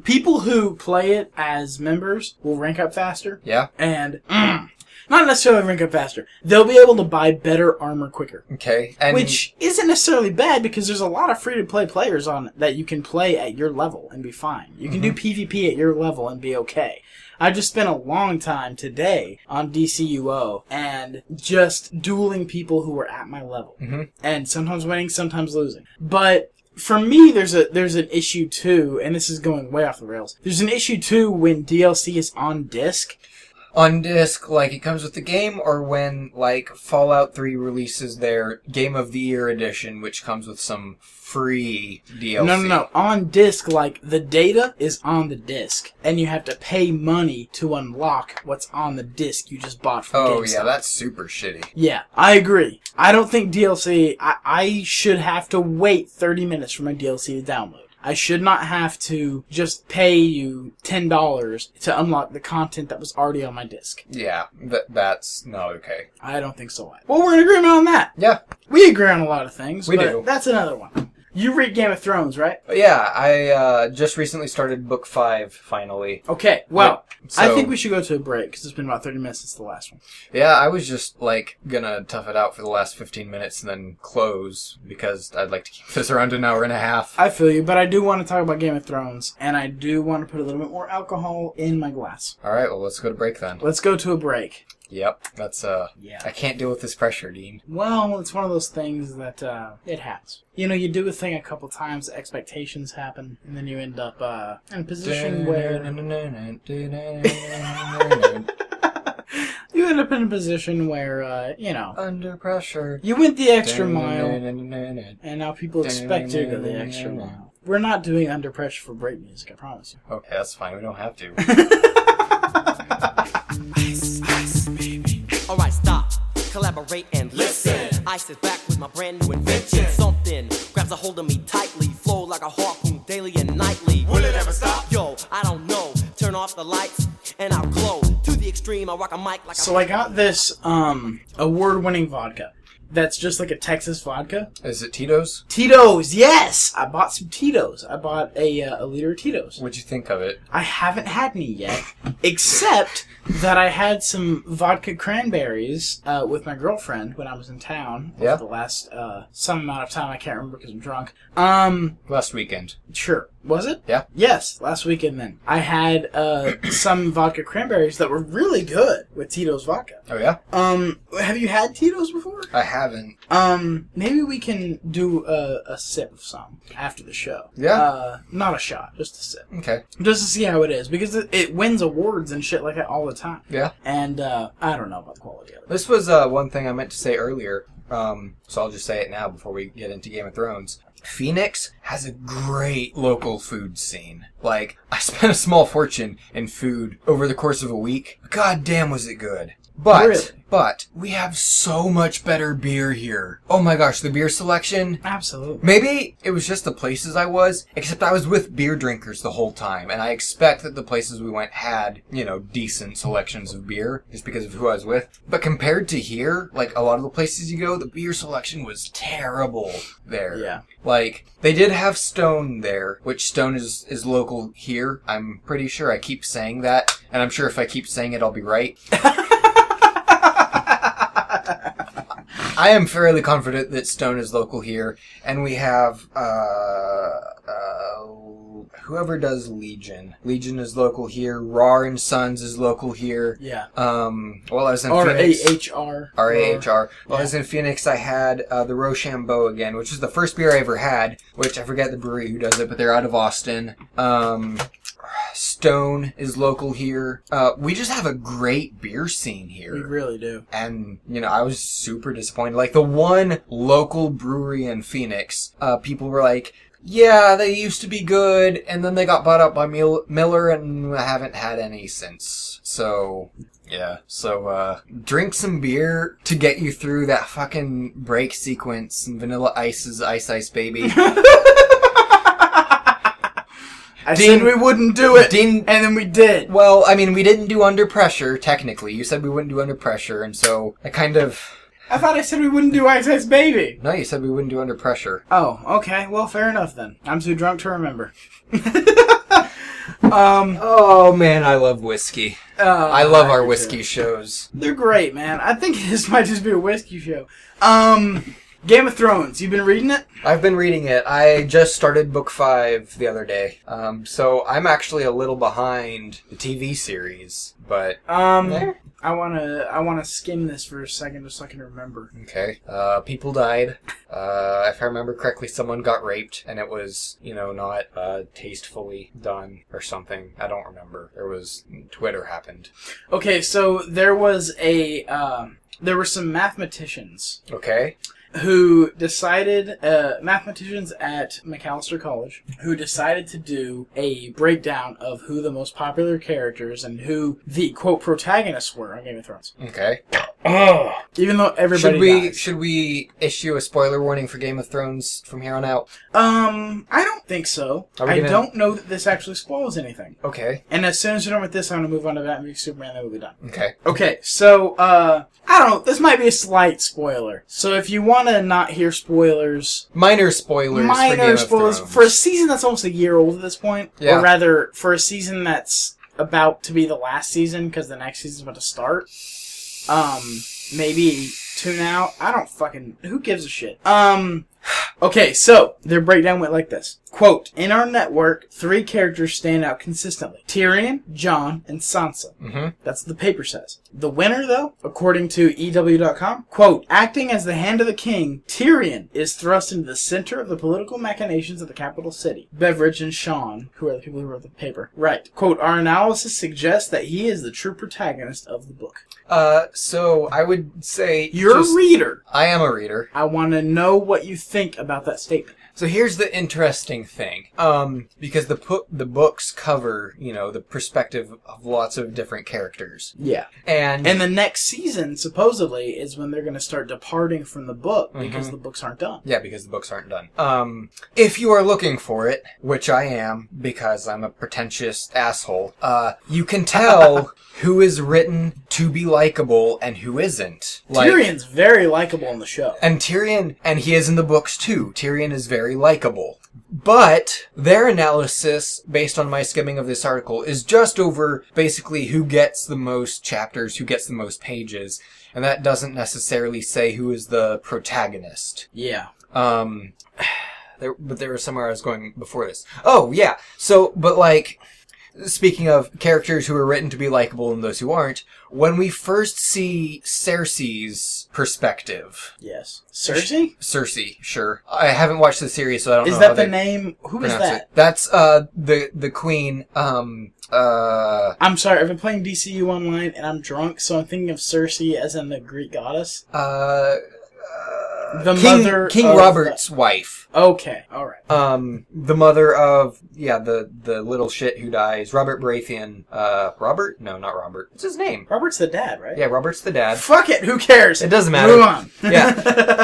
C: people who play it as members will rank up faster
D: Yeah.
C: and mm, not necessarily rank up faster. They'll be able to buy better armor quicker.
D: Okay. And
C: Which isn't necessarily bad because there's a lot of free to play players on that you can play at your level and be fine. You can do PvP at your level and be okay. I just spent a long time today on DCUO and just dueling people who were at my level
D: Mhm.
C: and sometimes winning, sometimes losing. But for me, there's a there's an issue too, and this is going way off the rails. There's an issue too when DLC is on disc
D: on disc like it comes with the game or when like Fallout 3 releases their Game of the Year edition which comes with some free DLC.
C: No, no, no. On disk, like the data is on the disk, and you have to pay money to unlock what's on the disk you just bought from
D: Oh
C: GameStop.
D: yeah, that's super shitty.
C: Yeah, I agree. I don't think DLC. I, I should have to wait 30 minutes for my DLC to download. I should not have to just pay you $10 to unlock the content that was already on my disk.
D: Yeah, that that's not okay.
C: I don't think so. Well, we're in agreement on that.
D: Yeah,
C: We agree on a lot of things.
D: We
C: but
D: do.
C: That's another one. You read Game of Thrones, right?
D: But yeah. I uh, just recently started book five. Finally,
C: Okay, well,
D: so-
C: I think we should go to a break because it's been about 30 minutes since the last one.
D: yeah, I was just like gonna tough it out for the last fifteen minutes and then close because I'd like to keep this around an hour and a half.
C: I feel you, but I do want to talk about Game of Thrones, and I do want to put a little bit more alcohol in my glass.
D: All right, well, let's go to break then.
C: Let's go to a break.
D: Yep, that's uh,
C: Yeah.
D: I can't deal with this pressure, Dean.
C: Well, it's one of those things that uh, it happens. You know, you do a thing a couple times, expectations happen, and then you end up uh, in a position where
D: I
C: you ended up in a position where, uh, you know,
D: Under pressure.
C: you went the extra mile, and now people expect you to go the extra mile. We're not doing under pressure for break music, I promise you.
D: Okay, that's fine. We don't have to.
G: Alright, stop, collaborate and listen. Ice is back with my brand new invention. Something grabs a hold of me tightly, flow like a harpoon daily and nightly. Will it ever stop? Yo, I don't know. Turn off the lights and I'll glow. To the extreme, I rock a mic like
C: So I got this um award-winning vodka. That's just like a Texas vodka.
D: Is it Tito's?
C: Tito's, yes. I bought some Tito's. I bought a uh, a liter of Tito's.
D: What'd you think of it?
C: I haven't had any yet, except that I had some vodka cranberries uh, with my girlfriend when I was in town
D: Yeah.
C: for the last uh, some amount of time. I can't remember because I'm drunk. Um,
D: Last weekend.
C: sure, was it?
D: Yeah.
C: Yes, last weekend. Then I had uh, some vodka cranberries that were really good with Tito's vodka.
D: Oh yeah.
C: Um, have you had Tito's before?
D: I haven't.
C: Um, maybe we can do a, a sip of some after the show.
D: Yeah.
C: Uh, not a shot, just a sip.
D: Okay.
C: Just to see how it is, because it, it wins awards and shit like that all the time.
D: Yeah.
C: And, uh, I don't know about the quality of it.
D: This was uh, one thing I meant to say earlier, um, so I'll just say it now before we get into Game of Thrones. Phoenix has a great local food scene. Like, I spent a small fortune in food over the course of a week. God damn, was it good. But,
C: Really?
D: but, we have so much better beer here. Oh my gosh, the beer selection.
C: Absolutely.
D: Maybe it was just the places I was, except I was with beer drinkers the whole time, and I expect that the places we went had, you know, decent selections of beer, just because of who I was with. But compared to here, like a lot of the places you go, the beer selection was terrible there.
C: Yeah.
D: Like, they did have Stone there, which Stone is, is local here. I'm pretty sure I keep saying that, and I'm sure if I keep saying it, I'll be right. I am fairly confident that Stone is local here, and we have uh, uh, whoever does Legion. Legion is local here. Rar and Sons is local here.
C: Yeah.
D: Um, while I was in Phoenix,
C: R-A-H-R.
D: R A H R. While I was in Phoenix, I had uh, the Rochambeau again, which is the first beer I ever had. Which I forget the brewery who does it, but they're out of Austin. Um, Stone is local here. Uh, we just have a great beer scene here
C: We really do.
D: and you know i was super disappointed like the one local brewery in phoenix uh, people were like yeah they used to be good and then they got bought up by Mil- miller and i haven't had any since so yeah so uh drink some beer to get you through that fucking break sequence and vanilla ice's ice ice baby
C: I
D: Dean-
C: said we wouldn't do it,
D: Dean-
C: and then we did.
D: well i mean we didn't do under pressure technically you said we wouldn't do under pressure and so i kind of
C: I thought I said we wouldn't do Ice Ice Baby.
D: no you said we wouldn't do under pressure
C: Oh, okay. Well, fair enough then. I'm too drunk to remember.
D: Oh man, I love whiskey.
C: Uh,
D: I love our whiskey shows.
C: They're great, man. I think this might just be a whiskey show. Um, Game of Thrones. You've been reading it?
D: I've been reading it. I just started book five the other day, um, so I'm actually a little behind the TV series. But
C: Um,
D: Yeah.
C: I wanna I wanna skim this for a second just so I can remember.
D: okay, uh, people died. Uh, if I remember correctly, someone got raped, and it was you know not uh, tastefully done or something. I don't remember. There was Twitter happened.
C: Okay, so there was a um, there were some mathematicians
D: Okay,
C: who decided uh, mathematicians at McAllister College who decided to do a breakdown of who the most popular characters and who the quote protagonists were on Game of Thrones.
D: okay.
C: Even though everybody
D: Should we
C: dies.
D: should we issue a spoiler warning for Game of Thrones from here on out?
C: Um, I don't think so.
D: Are we
C: I
D: gonna-
C: don't know that this actually spoils anything.
D: Okay,
C: And as soon as we're done with this, I'm gonna move on to Batman v Superman. Then we'll be done.
D: okay.
C: Okay, so uh, I don't know. This might be a slight spoiler. So if you want to not hear spoilers,
D: minor spoilers for Game
C: minor
D: of
C: spoilers
D: Thrones.
C: for a season that's almost a year old at this point,
D: Yeah.
C: or rather for a season that's about to be the last season because the next season's about to start. Um, maybe tune out. I don't fucking. Who gives a shit? Um. Okay, so their breakdown went like this. Quote, in our network, three characters stand out consistently. Tyrion, John, and Sansa. That's what the paper says. The winner, though, according to E EW.com, quote, acting as the hand of the king, Tyrion is thrust into the center of the political machinations of the capital city. Beveridge and Sean, who are the people who wrote the paper, right. Quote, our analysis suggests that he is the true protagonist of the book.
D: Uh, so I would say
C: You're
D: just-
C: a reader.
D: I am a reader.
C: I want to know what you think about that statement.
D: So here's the interesting thing, um, because the po- the books cover you know the perspective of lots of different characters,
C: Yeah.
D: and
C: And the next season, supposedly, is when they're going to start departing from the book because the books aren't done.
D: yeah, because the books aren't done. Um, if you are looking for it, which I am, because I'm a pretentious asshole, uh, you can tell who is written to be likable and who isn't. Like,
C: Tyrion's very likable in the show.
D: And Tyrion, and he is in the books too. Tyrion is very likable. But their analysis, based on my skimming of this article, is just over basically who gets the most chapters, who gets the most pages, and that doesn't necessarily say who is the protagonist.
C: yeah.
D: Um, there, but there was somewhere I was going before this. Oh yeah. So, but like, speaking of characters who are written to be likable and those who aren't, when we first see Cersei's perspective,
C: Yes. Cersei?
D: Cersei, sure. I haven't watched the series, so I don't
C: Is
D: know.
C: that
D: how
C: the
D: Uh, they
C: name? Who is
D: pronounce
C: that?
D: It. That's uh the the queen. Um uh
C: I'm sorry, I've been playing DCU online and I'm drunk, so I'm thinking of Cersei as in the Greek goddess.
D: uh
C: the
D: King
C: mother
D: King
C: of
D: Robert's wife.
C: the- okay, alright.
D: Um, the mother of yeah the the little shit who dies. Robert Baratheon. Uh, Robert? No, not Robert. What's his name?
C: Robert's the dad, right?
D: Yeah, Robert's the dad.
C: Fuck it, who cares?
D: It doesn't matter.
C: Move on.
D: Yeah.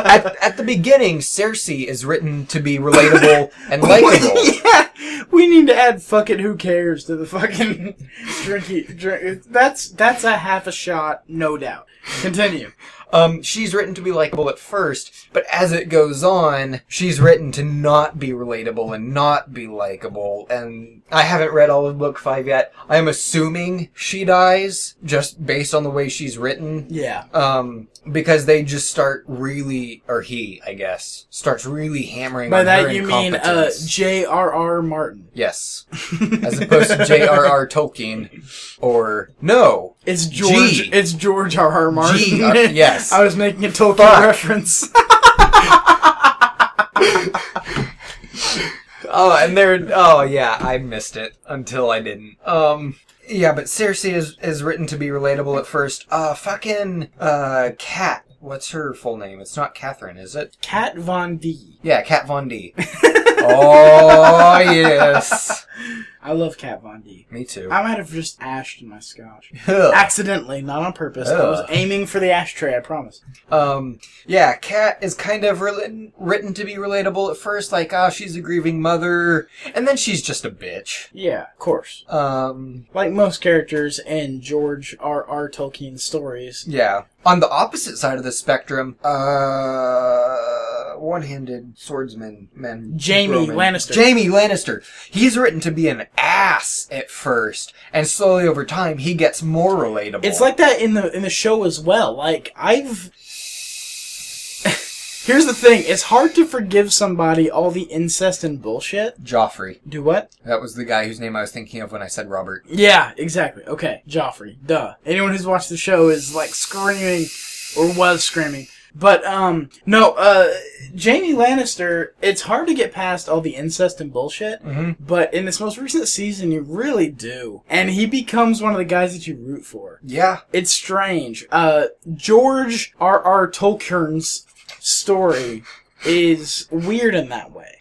D: at, at the beginning, Cersei is written to be relatable and likable.
C: Oh, yeah, we need to add "fucking who cares" to the fucking drinky drink. That's that's a half a shot, no doubt. Continue.
D: Um, she's written to be likable at first, but as it goes on, she's written to not be relatable and not be likable. And I haven't read all of book five yet. I'm assuming she dies just based on the way she's written.
C: Yeah,
D: Um, because they just start really, or he, I guess, starts really hammering.
C: by
D: on her
C: that you mean uh,
D: incompetence.
C: J.R.R. Martin.
D: yes, as opposed to J.R.R. Tolkien, or no,
C: It's George.
D: G.
C: It's George R.R. Martin.
D: G, uh, yes.
C: I was making a Tolkien
D: Fuck.
C: reference.
D: Oh, and they're oh yeah, I missed it until I didn't. Um yeah, but Cersei is is written to be relatable at first. Uh fucking uh Cat. What's her full name? It's not Catherine, is it?
C: Kat Von D.
D: Yeah, Cat Von D. oh yes.
C: I love Kat Von D.
D: Me too.
C: I might have just ashed in my scotch.
D: Ugh.
C: Accidentally, not on purpose. I was
D: Ugh.
C: aiming for the ashtray, I promise.
D: Um, yeah, Cat is kind of written, written to be relatable at first, like, ah, she's a grieving mother, and then she's just a bitch.
C: Yeah, of course.
D: Um,
C: like most characters in George R. R. Tolkien's stories.
D: Yeah. On the opposite side of the spectrum, uh, one-handed swordsman, man,
C: Jaime Lannister.
D: Jamie Lannister. He's written to be an ass at first, and slowly over time, he gets more relatable.
C: It's like that in the in the show as well. Like I've Here's the thing, it's hard to forgive somebody all the incest and bullshit.
D: Joffrey.
C: Do what?
D: That was the guy whose name I was thinking of when I said Robert.
C: Yeah, exactly. Okay, Joffrey. Duh. Anyone who's watched the show is like screaming or was screaming. But um no, uh Jamie Lannister, it's hard to get past all the incest and bullshit, but in this most recent season you really do. And he becomes one of the guys that you root for.
D: Yeah.
C: It's strange. Uh, George R. R. Tolkien's story is weird in that way.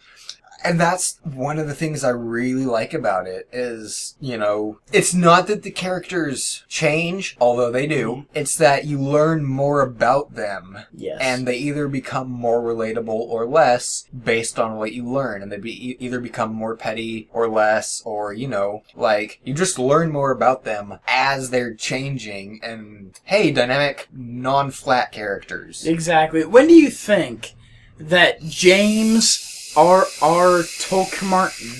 D: And that's one of the things I really like about it is, you know, it's not that the characters change, although they do. It's that you learn more about them.
C: Yes.
D: And they either become more relatable or less based on what you learn. And they be, e- either become more petty or less, or, you know, like, you just learn more about them as they're changing. And, hey, dynamic, non-flat characters.
C: Exactly. When do you think that James R. R. Tolkien Martin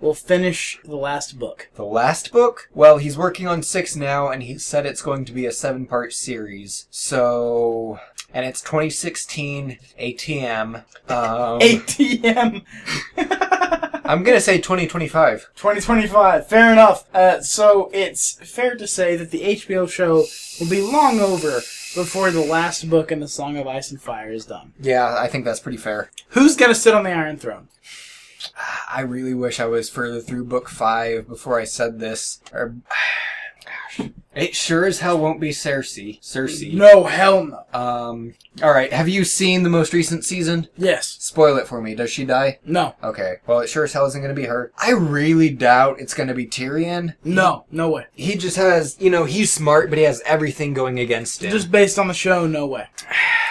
C: will finish the last book?
D: The last book? Well, he's working on six now, and he said it's going to be a seven part series. So. And it's 2016 ATM. Um,
C: 8 p.m.
D: I'm gonna say 2025.
C: 2025. Fair enough. Uh, so it's fair to say that the HBO show will be long over before the last book in the Song of Ice and Fire is done.
D: Yeah, I think that's pretty fair.
C: Who's gonna sit on the Iron Throne?
D: I really wish I was further through book five before I said this. Or. It sure as hell won't be Cersei. Cersei.
C: No, hell no.
D: Um. All right. Have you seen the most recent season?
C: Yes.
D: Spoil it for me. Does she die?
C: No.
D: Okay. Well, it sure as hell isn't going to be her. I really doubt it's going to be Tyrion.
C: No. No way.
D: He just has, you know, he's smart, but he has everything going against him.
C: Just based on the show, no way.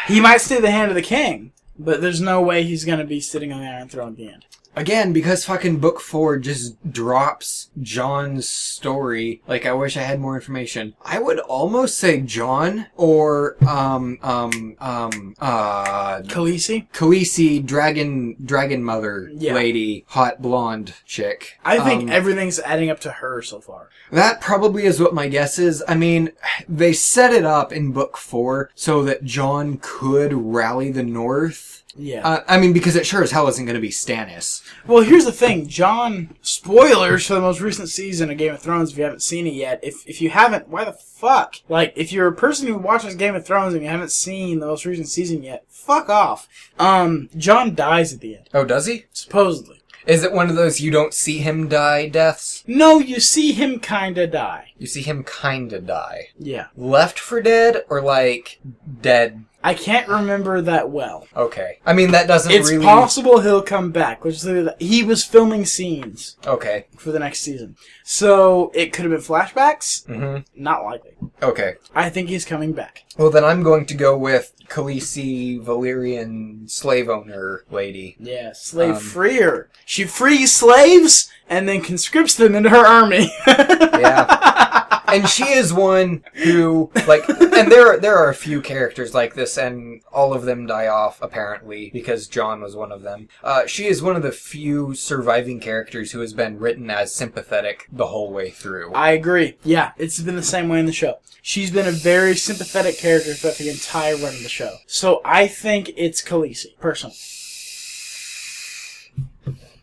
C: He might stay the hand of the king, but there's no way he's gonna be sitting on the Iron Throne at the end.
D: Again, because fucking book four just drops John's story. Like, I wish I had more information. I would almost say John or, um, um, um, uh,
C: Khaleesi?
D: Khaleesi, dragon, dragon mother
C: Yeah.
D: lady, hot blonde chick.
C: I think
D: Um,
C: everything's adding up to her so far.
D: That probably is what my guess is. I mean, they set it up in book four so that John could rally the North.
C: Yeah.
D: Uh, I mean, because it sure as hell isn't going to be Stannis.
C: Well, here's the thing, John. Spoilers for the most recent season of Game of Thrones. If you haven't seen it yet, if if you haven't, why the fuck? Like, if you're a person who watches Game of Thrones and you haven't seen the most recent season yet, fuck off. Um, John dies at the end,
D: Oh, does he?
C: supposedly.
D: Is it one of those you don't see him die deaths?
C: No, you see him kinda die.
D: You see him kinda die.
C: Yeah,
D: Left for dead or like dead?
C: I can't remember that well.
D: Okay. I mean, that doesn't
C: It's
D: really.
C: possible he'll come back, which is he was filming scenes
D: Okay.
C: for the next season, so it could have been flashbacks. Mm-hmm. Not likely.
D: Okay.
C: I think he's coming back.
D: Well, then I'm going to go with Khaleesi, Valyrian slave owner lady.
C: Yeah, slave freer. She frees slaves and then conscripts them into her army.
D: Yeah. And she is one who, like, and there are, there are a few characters like this, and all of them die off apparently because John was one of them. Uh, she is one of the few surviving characters who has been written as sympathetic the whole way through.
C: I agree. Yeah, it's been the same way in the show. She's been a very sympathetic character throughout the entire run of the show. So I think it's Khaleesi, personally.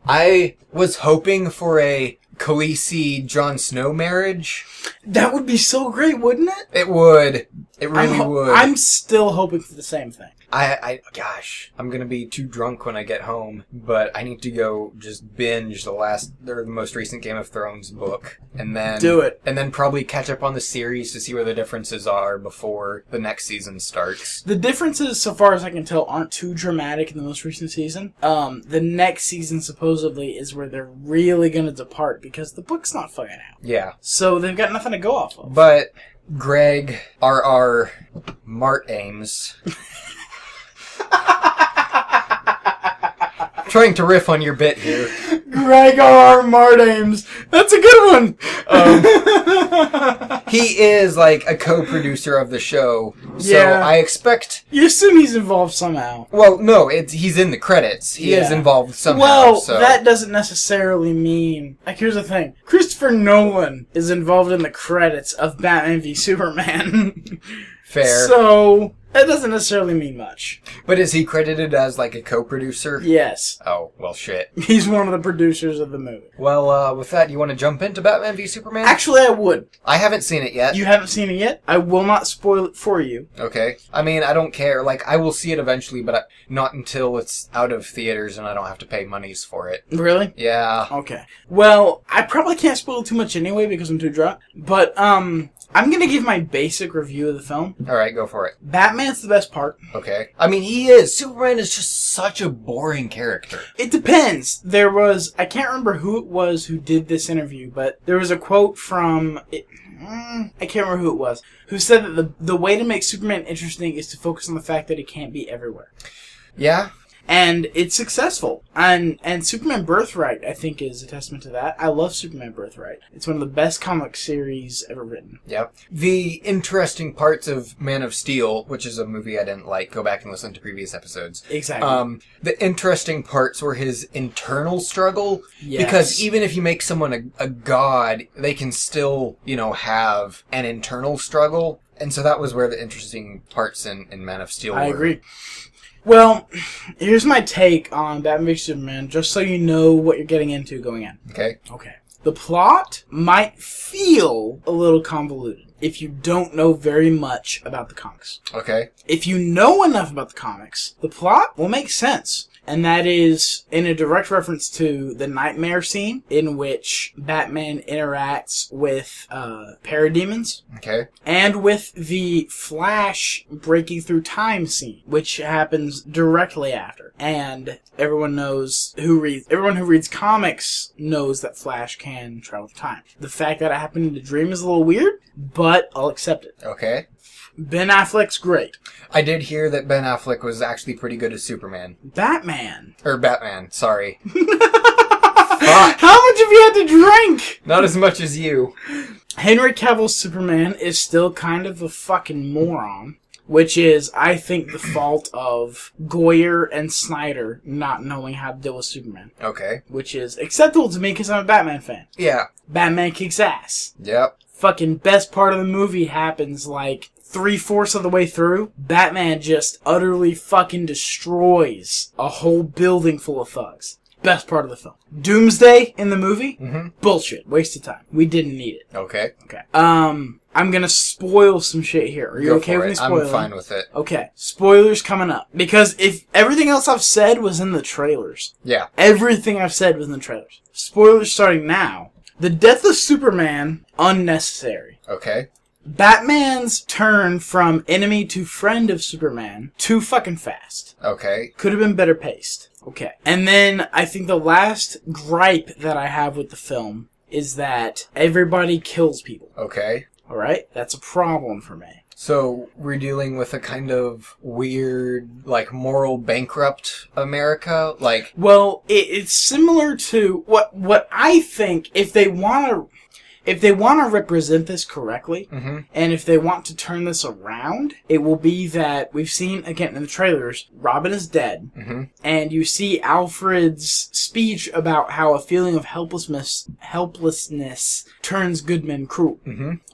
D: I was hoping for a Khaleesi Jon Snow marriage.
C: That would be so great, wouldn't it?
D: It would. It really
C: I'm, ho-
D: would.
C: I'm still hoping for the same thing.
D: I, I, gosh, I'm gonna be too drunk when I get home, but I need to go just binge the last, or the most recent Game of Thrones book, and then
C: Do it.
D: and then probably catch up on the series to see where the differences are before the next season starts.
C: The differences, so far as I can tell, aren't too dramatic in the most recent season. Um, the next season supposedly is where they're really gonna depart because the book's not fucking out.
D: Yeah,
C: So they've got nothing to go off of.
D: but Greg R R Mart Ames. Trying to riff on your bit here.
C: Gregor Mardames. That's a good one.
D: He is like a co-producer of the show, so
C: Yeah.
D: I expect
C: You assume he's involved somehow.
D: Well, no, it's he's in the credits. He is
C: Yeah.
D: involved somehow.
C: well,
D: so.
C: that doesn't necessarily mean. Like, here's the thing Christopher Nolan is involved in the credits of Batman v Superman.
D: fair.
C: so, that doesn't necessarily mean much.
D: but is he credited as like a co-producer?
C: Yes,
D: Oh well, shit.
C: he's one of the producers of the movie.
D: Well, uh, with that, you want to jump into Batman v Superman?
C: Actually, I would.
D: I haven't seen it yet.
C: You haven't seen it yet? I will not spoil it for you.
D: okay. I mean, I don't care. Like, I will see it eventually, but I, not until it's out of theaters and I don't have to pay monies for it.
C: Really?
D: Yeah.
C: Okay. Well, I probably can't spoil too much anyway because I'm too drunk. But um, I'm gonna give my basic review of the film.
D: All right, go for it.
C: Batman's the best part.
D: Okay. I mean, he is. Superman is just such a boring character.
C: It depends. There was I can't remember who it was who did this interview, but there was a quote from it, mm, I can't remember who it was who said that the the way to make Superman interesting is to focus on the fact that he can't be everywhere.
D: Yeah.
C: and it's successful. And and Superman Birthright, I think, is a testament to that. I love Superman Birthright. It's one of the best comic series ever written.
D: Yep. The interesting parts of Man of Steel, which is a movie I didn't like, go back and listen to previous episodes.
C: Exactly.
D: Um, the interesting parts were his internal struggle.
C: Yes.
D: Because even if you make someone a, a god, they can still, you know, have an internal struggle. And so that was where the interesting parts in, in Man of Steel
C: I
D: were.
C: agree. Well, here's my take on Batman v Superman, just so you know what you're getting into going in.
D: Okay.
C: Okay. The plot might feel a little convoluted if you don't know very much about the comics.
D: Okay.
C: If you know enough about the comics, the plot will make sense. and that is in a direct reference to the nightmare scene in which Batman interacts with uh, parademons
D: Okay.
C: and with the Flash breaking through time scene, which happens directly after. And everyone knows who reads everyone who reads comics knows that Flash can travel through time. The fact that it happened in the dream is a little weird, but I'll accept it.
D: Okay.
C: Ben Affleck's great.
D: I did hear that Ben Affleck was actually pretty good as Superman.
C: Batman.
D: Or Batman, sorry.
C: How much have you had to drink?
D: Not as much as you.
C: Henry Cavill's Superman is still kind of a fucking moron, which is, I think, the fault of Goyer and Snyder not knowing how to deal with Superman,
D: Okay.
C: which is acceptable to me because I'm a Batman fan.
D: Yeah.
C: Batman kicks ass.
D: Yep.
C: Fucking best part of the movie happens like three fourths of the way through. Batman just utterly fucking destroys a whole building full of thugs. Best part of the film. Doomsday in the movie? Mm-hmm. Bullshit. Waste of time. We didn't need it.
D: Okay.
C: Okay. Um, I'm gonna spoil some shit here. Are you
D: Go
C: okay
D: for
C: with
D: it.
C: me spoiling?
D: I'm fine with it.
C: Okay, spoilers coming up because if everything else I've said was in the trailers,
D: Yeah.
C: everything I've said was in the trailers. Spoilers starting now. The death of Superman unnecessary.
D: Okay.
C: Batman's turn from enemy to friend of Superman too fucking fast.
D: Okay.
C: Could have been better paced. Okay. And then I think the last gripe that I have with the film is that everybody kills people.
D: Okay.
C: All right, that's a problem for me.
D: So we're dealing with a kind of weird, like moral bankrupt America. Like,
C: Well, it, it's similar to what what I think if they want to if they want to represent this correctly and if they want to turn this around, it will be that we've seen again in the trailers, Robin is dead and you see Alfred's speech about how a feeling of helplessness helplessness turns good men cruel.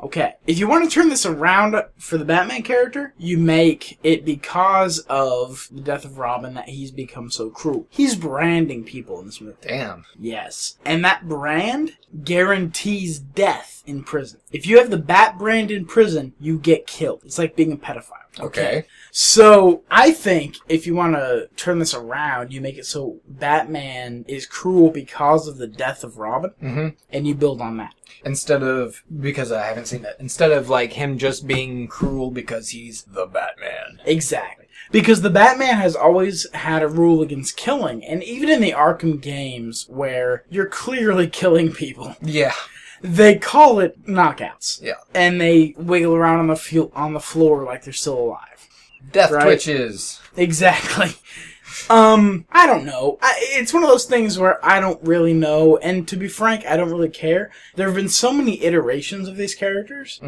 C: Okay. If you want to turn this around for the Batman character, you make it because of the death of Robin that he's become so cruel. He's branding people in this movie.
D: damn.
C: Yes. And that brand guarantees death in prison. If you have the Bat brand in prison, you get killed. It's like being a pedophile.
D: Okay.
C: So I think if you want to turn this around, you make it so Batman is cruel because of the death of Robin, and you build on that.
D: Instead of because I haven't seen that. Instead of like him just being cruel because he's the Batman.
C: Exactly. Because the Batman has always had a rule against killing, and even in the Arkham games where you're clearly killing people,
D: Yeah.
C: they call it knockouts.
D: Yeah.
C: And they wiggle around on the field on the floor like they're still alive.
D: Death
C: Right.
D: twitches.
C: Exactly. Um, I don't know. I, it's one of those things where I don't really know, and to be frank, I don't really care. There have been so many iterations of these characters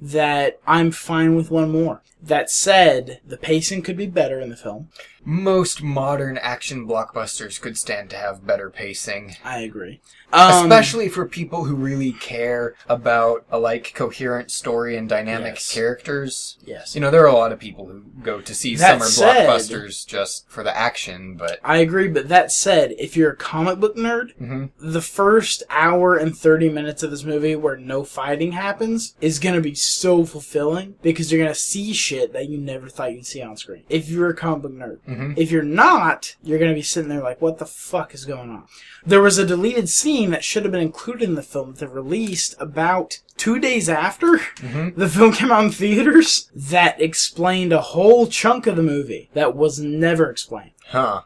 C: that I'm fine with one more. That said, the pacing could be better in the film.
D: Most modern action blockbusters could stand to have better pacing.
C: I agree. Um,
D: especially for people who really care about a like coherent story and dynamic
C: Yes.
D: characters.
C: Yes.
D: You know, there are a lot of people who go to see
C: That
D: summer
C: said-
D: blockbusters just for the action, but
C: I agree, but that said, if you're a comic book nerd, the first hour and 30 minutes of this movie where no fighting happens is going to be so fulfilling because you're going to see shit that you never thought you'd see on screen. If you're a comic book nerd. If you're not, you're going to be sitting there like, what the fuck is going on? There was a deleted scene that should have been included in the film that they released about two days after the film came out in theaters that explained a whole chunk of the movie that was never explained.
D: huh.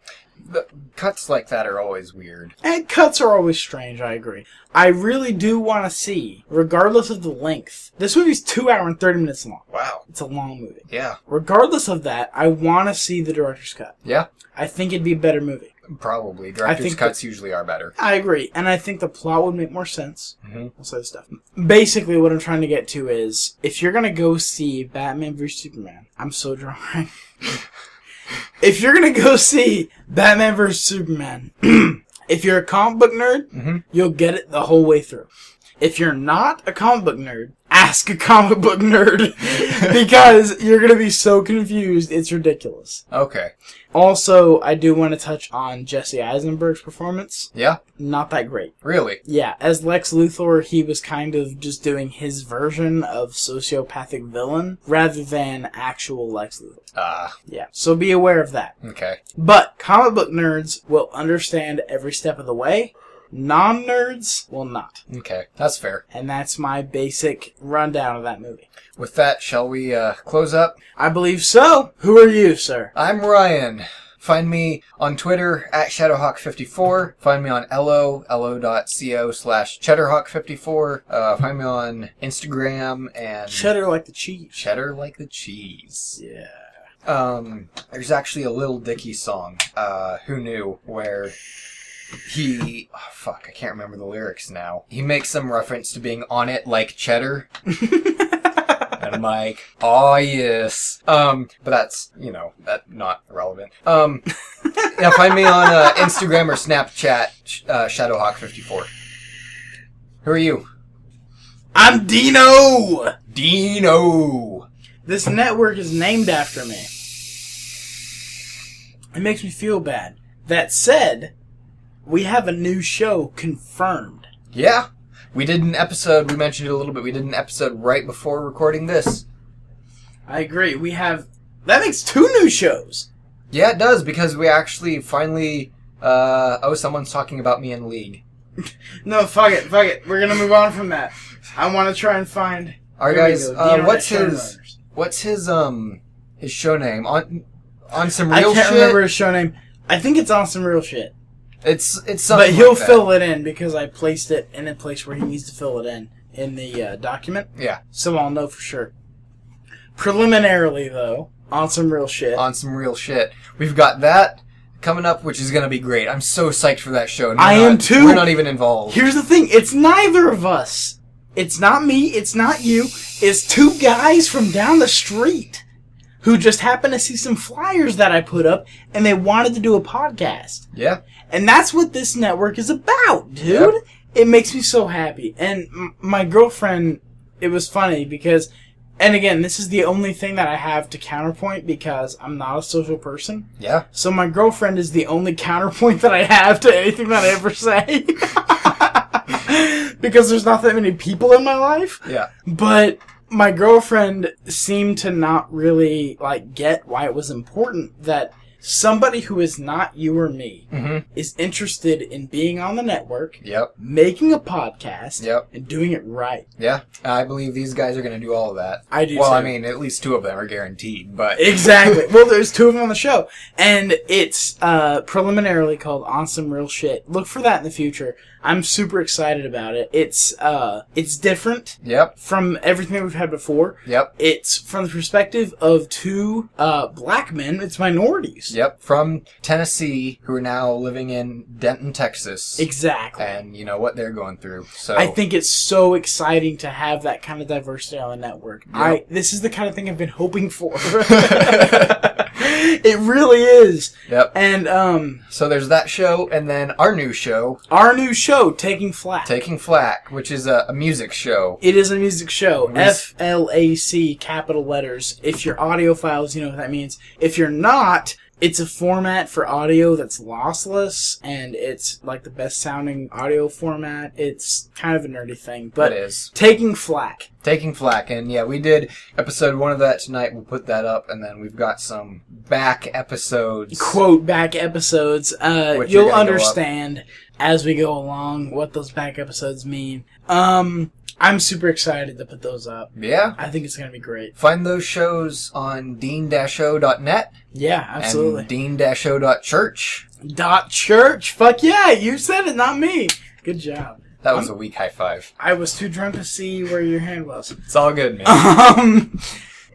D: The cuts like that are always weird.
C: And cuts are always strange, I agree. I really do want to see, regardless of the length, this movie's 2 hour and 30 minutes long.
D: Wow.
C: It's a long movie.
D: Yeah.
C: Regardless of that, I want to see the director's cut.
D: Yeah.
C: I think it'd be a better movie.
D: Probably. Director's
C: think
D: cuts usually are better.
C: I agree, and I think the plot would make more sense. All sort of stuff. Basically, what I'm trying to get to is, if you're gonna go see Batman vs Superman, I'm so drawing. if you're gonna go see Batman vs Superman, if you're a comic book nerd, you'll get it the whole way through. If you're not a comic book nerd, ask a comic book nerd because you're going to be so confused. It's ridiculous.
D: Okay.
C: Also, I do want to touch on Jesse Eisenberg's performance.
D: Yeah.
C: Not that great.
D: Really.
C: Yeah, as Lex Luthor, he was kind of just doing his version of sociopathic villain rather than actual Lex Luthor.
D: Ah.
C: Yeah, so be aware of that.
D: okay.
C: But comic book nerds will understand every step of the way. Non nerds will not.
D: Okay. That's fair.
C: And that's my basic rundown of that movie.
D: With that, shall we uh, close up?
C: I believe so. Who are you, sir?
D: I'm Ryan. Find me on Twitter at Shadowhawk54. Find me on LO, lo.co slash Cheddarhawk54. Uh, find me on Instagram and
C: Cheddar like the cheese.
D: Cheddar like the cheese.
C: Yeah.
D: Um, there's actually a Little Dicky song, uh, Who Knew, where he, oh, fuck, I can't remember the lyrics now. He makes some reference to being on it like cheddar. and I'm like, oh yes. Um, but that's, you know, that not relevant. Um, yeah, find me on uh, Instagram or Snapchat, sh- uh, Shadowhawk54. Who are you?
C: I'm Dino!
D: Dino!
C: This network is named after me. It makes me feel bad. That said, we have a new show confirmed.
D: Yeah. We did an episode, we mentioned it a little bit, we did an episode right before recording this.
C: I agree. We have. That makes two new shows.
D: Yeah, it does, because we actually finally, uh, oh, someone's talking about me in League.
C: No, fuck it, fuck it. We're gonna move on from that. I want to try and find.
D: Our
C: Here we
D: guys,
C: go,
D: uh,
C: Dino
D: what's
C: Red
D: his,
C: Showrunners.
D: what's his, um, his show name? On, on some
C: I
D: real
C: can't
D: shit?
C: remember his show name. I think it's on some real shit,
D: It's, it's something
C: but he'll
D: like that.
C: fill it in because I placed it in a place where he needs to fill it in in the uh, document,
D: Yeah,
C: so I'll know for sure. Preliminarily, though, on some real shit.
D: on some real shit. We've got that coming up, which is gonna be great. I'm so psyched for that show. and we're
C: I am
D: not-
C: too.
D: We're not even involved.
C: Here's the thing: it's neither of us. It's not me. It's not you. It's two guys from down the street who just happened to see some flyers that I put up, and they wanted to do a podcast.
D: yeah,
C: And that's what this network is about, dude.
D: Yep.
C: It makes me so happy. And m- my girlfriend, it was funny because, and again, this is the only thing that I have to counterpoint because I'm not a social person.
D: yeah.
C: So my girlfriend is the only counterpoint that I have to anything that I ever say. because there's not that many people in my life.
D: Yeah.
C: But my girlfriend seemed to not really like get why it was important that somebody who is not you or me
D: Mm-hmm.
C: is interested in being on the network,
D: Yep.
C: making a podcast,
D: Yep.
C: and doing it right.
D: Yeah. I believe these guys are gonna do all of that.
C: I do
D: Well, I
C: too.
D: mean, at least two of them are guaranteed, but
C: Exactly. well, there's two of them on the show, and it's uh, preliminarily called "On Some Real Shit." Look for that in the future. I'm super excited about it. It's uh, it's different
D: Yep.
C: from everything we've had before.
D: Yep.
C: It's from the perspective of two uh, black men. It's minorities.
D: Yep. From Tennessee, who are now living in Denton, Texas.
C: Exactly.
D: and you know what they're going through. So
C: I think it's so exciting to have that kind of diversity on the network. I this is the kind of thing I've been hoping for. it really is.
D: Yep.
C: And um
D: so there's that show, and then our new show,
C: our new show, Taking Flat.
D: Taking Flack, which is a, a music show.
C: It is a music show.
D: s-
C: F L A C capital letters. If you're audiophiles, you know what that means. If you're not, it's a format for audio that's lossless and it's like the best sounding audio format. It's kind of a nerdy thing, but
D: It is.
C: taking flack.
D: Taking Flack, and yeah, we did episode one of that tonight. We'll put that up, and then we've got some back episodes.
C: Quote back episodes. Uh,
D: Which are
C: you'll
D: gonna go up.
C: understand as we go along what those back episodes mean. Um, I'm super excited to put those up.
D: Yeah.
C: I think it's gonna be great.
D: Find those shows on dean-o.net
C: Yeah, absolutely.
D: and dean-o.church.
C: Dot church. Fuck yeah, you said it, not me. Good job.
D: That was a weak high five.
C: I was too drunk to see where your hand was.
D: It's all good, man.
C: Um,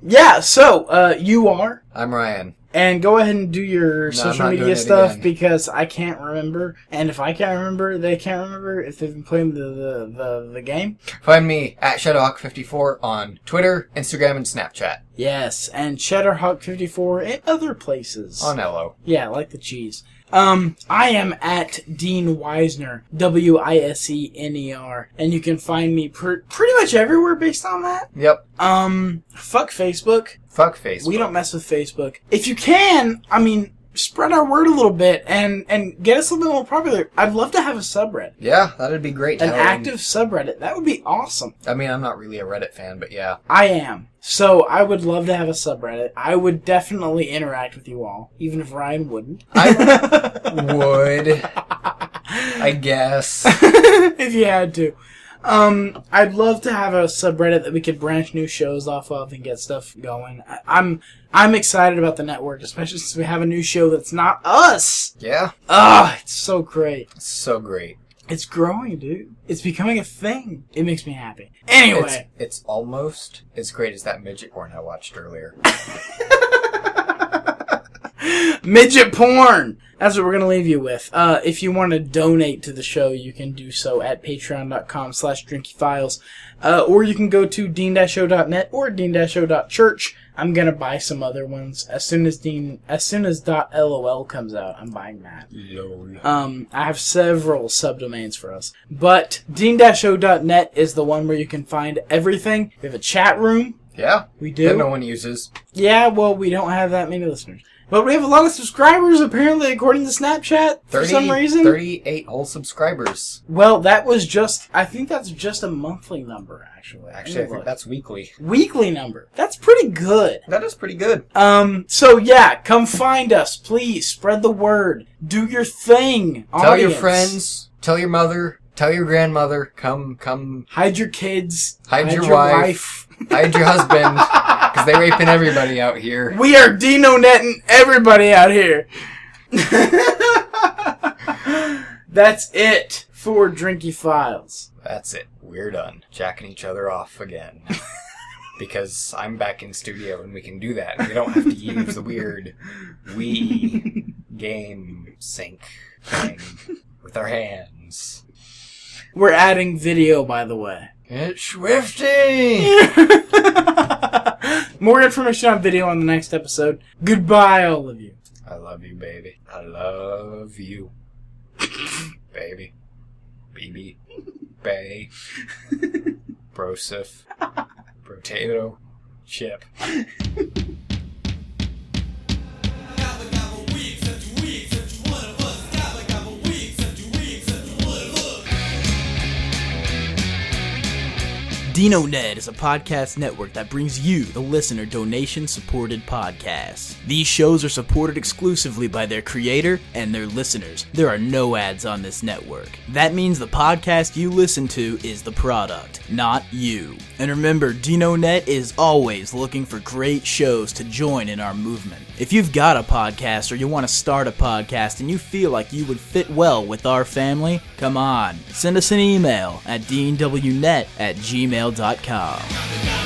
C: yeah. So uh, you are,
D: I'm Ryan.
C: and go ahead and do your
D: No, I'm
C: social
D: not doing
C: media
D: it
C: stuff
D: again.
C: because I can't remember, and if I can't remember, they can't remember if they've been playing the the, the, the game.
D: Find me at Shadowhawk54 on Twitter, Instagram, and Snapchat.
C: Yes, and Cheddarhawk54 and other places.
D: On Elo.
C: Yeah, like the cheese. Um, I am at Dean Wisner, W I S E N E R, and you can find me pr- pretty much everywhere based on that.
D: Yep.
C: Um, fuck Facebook.
D: Fuck face.
C: We don't mess with Facebook. If you can, I mean, spread our word a little bit and and get us a little more popular. I'd love to have a subreddit,
D: Yeah, that'd be great.
C: an
D: Helen.
C: active subreddit. That would be awesome.
D: I mean, I'm not really a Reddit fan, but yeah.
C: I am. So I would love to have a subreddit. I would definitely interact with you all, even if Ryan wouldn't.
D: I would. I guess.
C: if you had to. Um, I'd love to have a subreddit that we could branch new shows off of and get stuff going. I, I'm I'm excited about the network, especially since we have a new show that's not us.
D: Yeah.
C: Ah, it's so great.
D: It's so great.
C: It's growing, dude. It's becoming a thing. It makes me happy. Anyway,
D: It's, it's almost as great as that midget porn I watched earlier.
C: midget porn. That's what we're gonna leave you with. Uh, if you want to donate to the show, you can do so at patreon.com slash drinkyfiles. Uh, or you can go to dean-show.net or dean-show.church. I'm gonna buy some other ones as soon as Dean, as soon as .lol comes out. I'm buying that. Um, I have several subdomains for us, but dean-show.net is the one where you can find everything. We have a chat room.
D: Yeah.
C: We do.
D: That no one uses.
C: Yeah, well, we don't have that many listeners. But we have a lot of subscribers, apparently, according to Snapchat, for
D: 30,
C: some reason.
D: 38 whole subscribers.
C: Well, that was just, I think that's just a monthly number, actually.
D: Actually, I
C: Let me
D: think
C: look.
D: that's weekly.
C: Weekly number. That's pretty good.
D: That is pretty good.
C: Um, so yeah, come find us, please. Spread the word. Do your thing.
D: Tell your
C: audience.
D: friends. Tell your mother. Tell your grandmother. Come, come.
C: Hide your kids.
D: Hide, your, wife. Hide your husband. Because they're raping everybody out here.
C: We are Dino netting everybody out here. That's it for Drinky Files.
D: That's it. We're done. Jacking each other off again. because I'm back in studio and we can do that. We don't have to use the weird Wii game sync thing with our hands.
C: We're adding video, by the way.
D: It's Swifty!
C: More information on video on the next episode. Goodbye, all of you.
D: I love you, baby. I love you. baby. Baby. Bay. Brosif. Potato. Chip.
H: Dino Ned is a podcast network that brings you, the listener, donation supported podcasts. These shows are supported exclusively by their creator and their listeners. There are no ads on this network. That means the podcast you listen to is the product, not you. And remember, Dino Net is always looking for great shows to join in our movement. If you've got a podcast or you want to start a podcast and you feel like you would fit well with our family, come on, send us an email at dnwnet at gmail.com.
E: Now